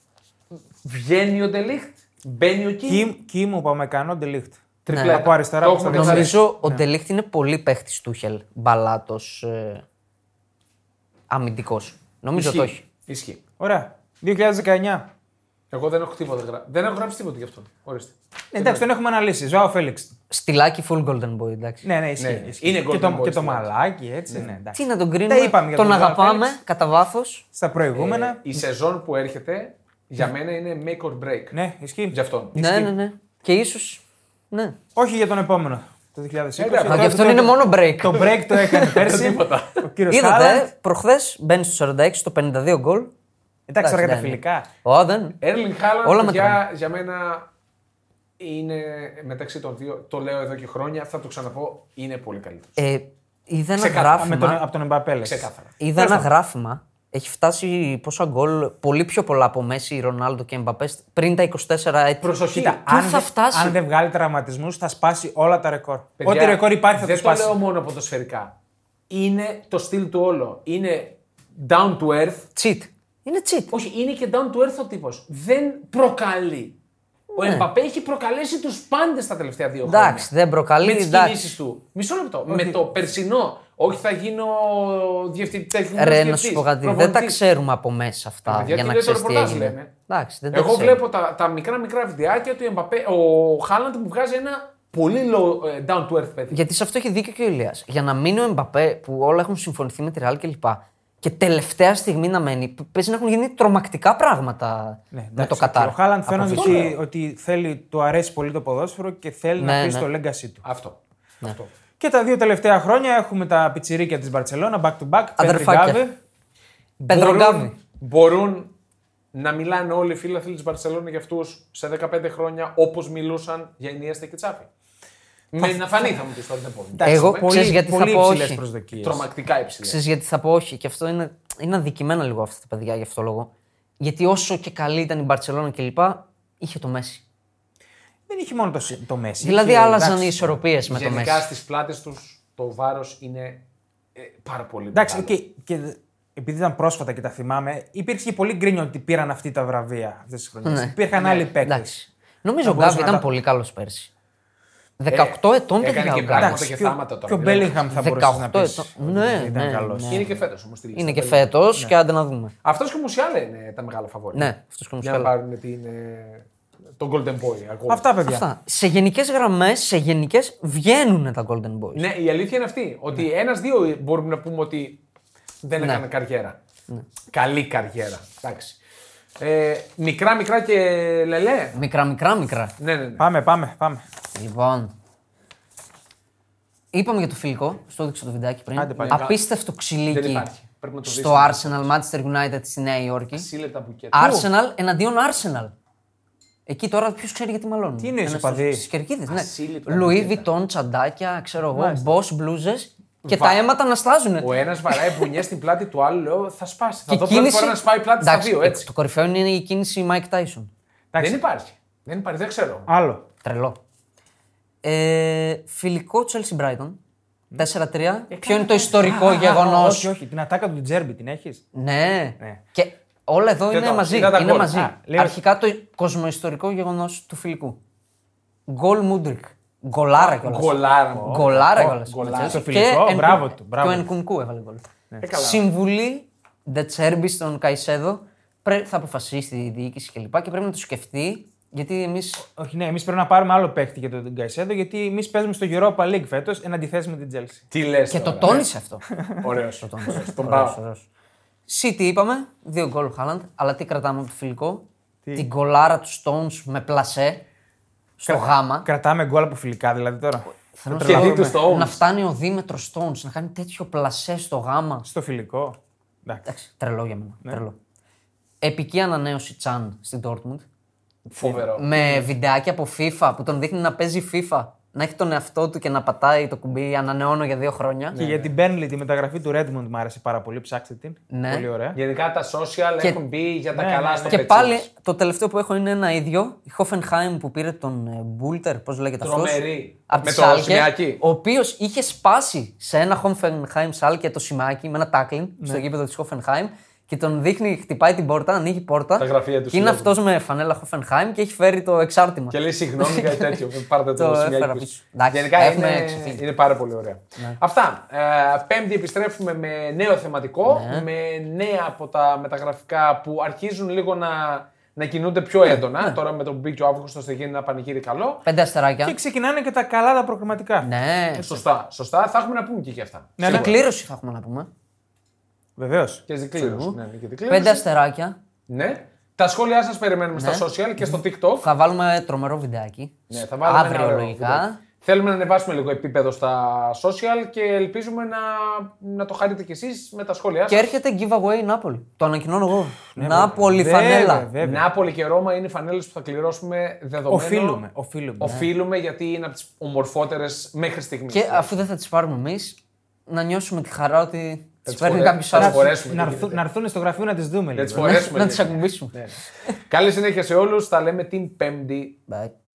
A: Βγαίνει ο Ντελίχτ, μπαίνει ο Κιμ.
C: Κιμ, Κιμ ο Παμεκανό Τελίκτ.
A: Τριπλέτα.
C: Από αριστερά
A: Το
C: προς τα
A: έχουμε
C: δεξιά.
A: καθαρίσει.
B: Νομίζω ο Ντελίχτ είναι πολύ παίχτης του Χελ. Μπαλάτος. Ε, Αμυντικός. Νομίζω
A: Ισχύει.
B: το έχει.
A: Ισχύει.
C: Ωραία. 2019.
A: Εγώ δεν έχω τίποτα γράψει. Δεν έχω γράψει τίποτα γι' αυτό. Ορίστε.
C: Εντάξει, τον έχουμε αναλύσει. Ζωάο Φέληξ.
B: Στυλάκι full golden boy, εντάξει.
C: Ναι, ναι, ισχύει.
A: Ναι, ναι.
C: ισχύει.
A: Είναι
C: και το,
A: golden boy,
C: και το
A: στην
C: μαλάκι, έτσι. Ναι. εντάξει.
B: Τι να τον
C: Τα
B: κρίνουμε.
C: είπαμε για
B: τον
C: τον Ζωάο
B: αγαπάμε
C: Φέληξ.
B: κατά βάθος.
C: Στα προηγούμενα.
A: Ε, η σεζόν που έρχεται για μένα είναι make or break.
C: Ναι, ισχύει.
A: Γι' αυτόν.
B: Ναι, ναι, ναι. Και ίσως. Ναι.
C: Όχι για τον επόμενο. Το 2020.
A: Ε, εντάξει.
B: Α,
A: Τώρα
B: γι' αυτόν είναι μόνο break.
C: Το break το έκανε πέρσι.
A: Τίποτα.
C: Ο κύριος Χάλαντ.
B: Είδατε, προχθές μπαίνει στο 46, στο 52 γκολ.
C: Εντάξει, αργά τα
B: ναι.
C: φιλικά.
B: Ω, δεν.
A: Έρλινγκ Χάλαντ για,
B: Όλα μετράνε.
A: για μένα είναι μεταξύ των δύο. Το λέω εδώ και χρόνια, θα το ξαναπώ, είναι πολύ καλύτερος.
B: Ε, είδα ένα
A: Ξεκάθαρα,
C: Με τον,
B: γράφημα.
C: από τον Εμπαπέ. λες.
A: Ξεκάθαρα.
B: Είδα ένα γράφημα. Έχει φτάσει πόσα γκολ, πολύ πιο πολλά από Μέση, Ρονάλντο και Εμπαπέ πριν τα 24 έτη.
A: Προσοχή.
B: Κοίτα,
C: Αν
B: πού θα
C: δε-
B: φτάσει.
C: Αν δεν βγάλει τραυματισμούς, θα σπάσει όλα τα ρεκόρ. Ό,τι
A: Παιδιά,
C: ρεκόρ υπάρχει θα το
A: Δεν το
C: σπάσει.
A: λέω μόνο ποδοσφαιρικά. Είναι το στυλ του όλο. Είναι down to earth.
B: Cheat. Είναι cheat.
A: Όχι, είναι και down to earth ο τύπος. Δεν προκαλεί. Ο Εμπαπέ έχει προκαλέσει τους πάντες τα τελευταία δύο
C: ναι.
A: χρόνια.
B: Ναι. Εντάξει, δεν προκαλεί.
A: με τις
B: εντάξει.
A: κινήσεις του. Μισό λεπτό. Με το περσινό. Όχι, θα γίνω διευθυντή. τεχνικός
B: Ρε, να
A: διευθυντής,
B: σου πω κάτι. Δεν τα
A: προπονητής.
B: ξέρουμε από μέσα αυτά
A: παιδιά,
B: για
A: τι
B: να
A: λέει το
B: ξέρεις τι
A: ρεπορτάζ,
B: έγινε.
A: λέμε.
B: Εντάξει, δεν τα
A: Εγώ
B: ξέρω.
A: βλέπω τα, τα μικρά μικρά βιντεάκια του Εμπαπέ. Ο Χάλαντ μου βγάζει ένα πολύ low, ε, down to earth παιδί.
B: Γιατί σε αυτό έχει δίκιο και ο Ηλίας. Για να μείνει ο Εμπαπέ που όλα έχουν συμφωνηθεί με τη Ρεάλ κλπ. Και τελευταία στιγμή να μένει. π- Παίζει να έχουν γίνει τρομακτικά πράγματα
C: Ναι,
B: με
C: εντάξει,
B: το Κατάρ.
C: Ο Χάλαντ
B: Από
C: φαίνεται
B: αυτό.
C: ότι, ότι θέλει, του αρέσει πολύ το ποδόσφαιρο και θέλει να
B: Ναι,
C: αφήσει
B: ναι.
C: το legacy του.
A: Αυτό. Αυτό.
C: Και τα δύο τελευταία χρόνια έχουμε τα πιτσιρίκια της Μπαρσελόνα, back to back. Πέτρι
B: Αδερφάκια.
C: Γκάβε.
B: Ε, Πεδρογκάβη.
A: μπορούν να μιλάνε όλοι οι φίλαθλοι της Μπαρσελόνα για αυτούς σε 15 χρόνια όπως μιλούσαν για Ινιέστα και Τσάπη. Με να φανεί θα μου πεις τώρα δεν μπορούν.
B: Εγώ
A: με-
B: ξέρεις γιατί θα
C: πολύ
B: πω
C: υψηλές
B: όχι.
C: προσδοκίες.
A: Τρομακτικά υψηλή.
B: Ξέρεις γιατί θα πω όχι. Και αυτό είναι, είναι αδικημένα λίγο αυτά τα παιδιά γι' αυτό λόγο. Γιατί όσο και καλή ήταν η Μπαρσελόνα κλπ. είχε το Μέση.
C: Δεν είχε μόνο το, σι- το Μέση.
B: δηλαδή
C: είχε-
B: άλλαζαν
C: εντάξει.
B: οι ισορροπίες με το
A: Γενικά
B: Μέση.
A: στις πλάτες τους το βάρος είναι ε, πάρα πολύ
C: Εντάξει,
A: μεγάλο.
C: και, και επειδή ήταν πρόσφατα και τα θυμάμαι, υπήρξε και πολύ γκρίνιο ότι πήραν αυτή τα βραβεία αυτές τις χρονιές. Υπήρχαν
A: Ναι,
C: άλλοι παίκτες.
B: Ναι. Εντάξει. Νομίζω
C: Θα
B: ο Γκάβι
C: μπορούσε να
B: ήταν
C: τα-
B: πολύ καλός πέρσι. 18
A: έκανε
B: ετών παιδιά
A: και
B: ο Γκάβι.
A: πράγματα.
C: Εντάξει,
A: και
C: και ο-
A: θάματα τώρα,
C: Και ο
A: δηλαδή.
C: Μπέλιγχαμ θα μπορούσες να
B: 18
C: πεις.
B: ετών. Ναι,
C: ήταν
B: ναι,
C: καλός.
B: ναι.
A: Είναι και φέτος όμως τη λίστα.
B: Είναι και φέτος
C: Ναι.
B: και άντε να δούμε.
A: Αυτός και ο Μουσιάλα είναι τα μεγάλα φαβόρια.
B: Ναι, αυτός και ο
A: Για να
B: Μουσιάλα.
A: πάρουν την, ε, τον Golden Boy. ακόμα.
C: Αυτά παιδιά.
B: Αυτά. Σε γενικές γραμμές, σε γενικές βγαίνουν τα Golden Boys.
A: Ναι, η αλήθεια είναι αυτή. Ότι
B: Ναι.
A: ένα-δύο μπορούμε να πούμε ότι δεν έκανε καριέρα.
B: Ναι.
A: Καλή καριέρα. Εντάξει. Ε, μικρά, μικρά και λελέ.
B: Μικρά, μικρά, μικρά.
A: Ναι, ναι, ναι.
C: Πάμε, πάμε, πάμε.
B: Λοιπόν. Είπαμε για το φιλικό, στο έδειξα το βιντεάκι πριν.
C: Άντε πάλι.
B: Απίστευτο ξυλίκι
A: Δεν υπάρχει. Πρέπει να το δεις.
B: στο Arsenal Manchester United στη Νέα Υόρκη.
A: Σύλλεπτα μπουκέτα.
B: Arsenal εναντίον Arsenal. Εκεί τώρα ποιος ξέρει γιατί μαλώνει.
C: Τι είναι οι
B: Ένας
C: οπαδοί?
B: στους- Στις κερκίδες. Ναι.
A: Ασύλληπτα
B: Λουί
A: μπουκέτα.
B: Βιτόν, τσαντάκια, ξέρω εγώ,
C: Μάλιστα.
B: μπό, μπλούζες. Και τα αίματα να στάζουν.
A: Ο ένας βαράει μπουνιές στην πλάτη του άλλου, λέω θα σπάσει. Θα
B: Και
A: δω
B: η
A: πρώτη φορά να σπάει πλάτη στα
B: Εντάξει,
A: δύο, έτσι.
B: Το κορυφαίο είναι η κίνηση Mike Tyson.
A: Δεν υπάρχει. Δεν υπάρχει, δεν ξέρω.
C: Άλλο.
B: Τρελό. Ε, φιλικό Chelsea Brighton.
C: Ναι.
B: 4-3.
C: Ε,
B: Ποιο είναι το ιστορικό γεγονός.
C: Όχι, όχι. Την ατάκα του Τζέρμπι την έχεις.
B: Ναι.
C: Ναι.
B: Και όλα εδώ είναι
C: τα-
B: μαζί.
C: είδα τα
B: Είναι
C: γκολ.
B: μαζί.
C: Α, λέω-
B: Αρχικά το κοσμοϊστορικό γεγονός του φιλικού. Γκολ Μούντρικ. Γκολάρα κιόλας.
A: Γκολάρα μου.
B: Γκολάρα
A: Γκολ-
B: κιόλας.
A: γκολάρα.
C: Στο φιλικό, μπράβο του, μπράβο
B: Και ο
C: του. Ναι.
B: Ενκουνκού έβαλε γκολ.
A: Ε, καλά.
B: Συμβουλή Ντετσέρμπι στον Καϊσέδο. Πρέ- Θα αποφασίσει η διοίκηση κλπ. Και πρέπει να το σκεφτεί. Γιατί εμείς.
C: Όχι, ναι, εμείς πρέπει να πάρουμε άλλο παίχτη για τον Καϊσέδο, γιατί εμείς παίζουμε στο Europa League φέτος εν αντιθέσει με την Τζέλση.
A: Τι λες.
B: Και το τόνισε αυτό.
A: Ωραίος. Τον
B: Ωραίος,
A: μπράβο.
B: ωραίος. City είπαμε, δύο γκολ Χάλαντ, αλλά τι κρατάμε από το φιλικό. Την κολάρα του Stones με πλασέ στο γάμα.
C: Κρατάμε γκολ από φιλικά δηλαδή τώρα.
B: Θέλω να
A: Και
B: σου πω,
A: δει του το
B: να
A: όμω.
B: φτάνει ο Δήμετρος Stones να κάνει τέτοιο πλασέ στο γάμα.
C: Στο φιλικό. Εντάξει.
B: Εντάξει, τρελό για μένα.
A: Ναι.
B: Τρελό. Επική ανανέωση Τσάν στην Dortmund.
A: Φοβερό.
B: Με βιντεάκια από FIFA που τον δείχνει να παίζει FIFA. Να έχει τον εαυτό του και να πατάει το κουμπί ανανεώνω για δύο χρόνια.
C: Και για την Burnley, τη μεταγραφή του Redmond μου άρεσε πάρα πολύ, ψάξτε την.
B: Ναι.
C: Πολύ ωραία.
A: Γενικά τα social
B: Και-
A: έχουν μπει για τα
C: Ναι,
A: καλά
C: ναι,
A: στο
B: Και
A: πετσί μας.
B: πάλι το τελευταίο που έχω είναι ένα ίδιο. Η Hoffenheim που πήρε τον ε, Μπούλτερ, πώς λέγεται αυτός.
A: Τρομερή.
B: Από
A: Με
B: τη
A: το
B: Σάλκε,
A: σημαίακι.
B: Ο οποίος είχε σπάσει σε ένα Hoffenheim Σάλκε το σημάκι με ένα τάκλιν
A: Ναι.
B: στο γήπεδο της Hoffenheim και τον δείχνει, χτυπάει την πόρτα, ανοίγει πόρτα.
A: Τα γραφεία του
B: Και είναι
A: συλλόγου.
B: αυτός με φανέλα Hoffenheim και έχει φέρει το εξάρτημα.
A: Και λέει συγγνώμη για τέτοιο. Πάρτε
B: Το
A: το σημείο
B: έφερα
A: που
B: πίσω. Εντάξει,
A: Γενικά
B: έχουμε
A: είναι,
B: ξεφύγει. Ναι.
A: είναι πάρα πολύ ωραία. Αυτά. Ε, πέμπτη επιστρέφουμε με νέο θεματικό,
B: Ναι.
A: με νέα από τα μεταγραφικά που αρχίζουν λίγο να, να κινούνται πιο
B: Ναι.
A: έντονα. Τώρα με τον Μπίκιο Αύγουστο θα γίνει ένα πανηγύρι καλό.
B: Πέντε αστεράκια.
C: Και ξεκινάνε και τα καλά τα προκριματικά.
B: Ναι.
A: Σωστά, σωστά. Θα έχουμε να πούμε και για αυτά.
C: Ναι,
B: Και
C: ναι.
B: κλήρωση θα έχουμε να πούμε.
C: Βεβαίως.
A: Και δικλήρωση. Ναι, και δικλήρωση.
B: Πέντε αστεράκια.
A: Ναι. Τα σχόλιά σας περιμένουμε
B: Ναι.
A: στα social και στο TikTok.
B: Θα βάλουμε τρομερό βιντεάκι.
A: Ναι, θα βάλουμε ένα
B: Αύριο
A: ωραίο
B: λογικά.
A: βίντεο. Θέλουμε να ανεβάσουμε λίγο επίπεδο στα social και ελπίζουμε να, να το χαρείτε κι εσείς με τα σχόλιά
B: Και
A: σας.
B: έρχεται giveaway Νάπολη. Το ανακοινώνω εγώ.
A: Ναι,
B: Νάπολη φανέλα.
A: Νάπολη και Ρώμα είναι οι φανέλες που θα κληρώσουμε δεδομένο.
C: Οφείλουμε. ναι. οφείλουμε.
A: Οφείλουμε γιατί είναι από τις ομορφότερες μέχρι στιγμής.
B: Και αφού δεν θα τις πάρουμε εμείς, να νιώσουμε τη χαρά ότι τι
A: τις
B: παίρνει
A: φορέ-
B: κάποιο
A: θα τις
B: άλλο.
A: φορέ-
B: Ναι,
A: φορέσουμε,
C: Να,
A: τι
C: έρθουν- να έρθουν στο γραφείο να τις δούμε
A: Να τις Ναι.
C: λίγο.
A: φορέσουμε
B: Να
A: λίγο.
B: τι ακουμπήσουμε.
A: Καλή συνέχεια σε όλους. Τα λέμε την Πέμπτη.
B: Bye.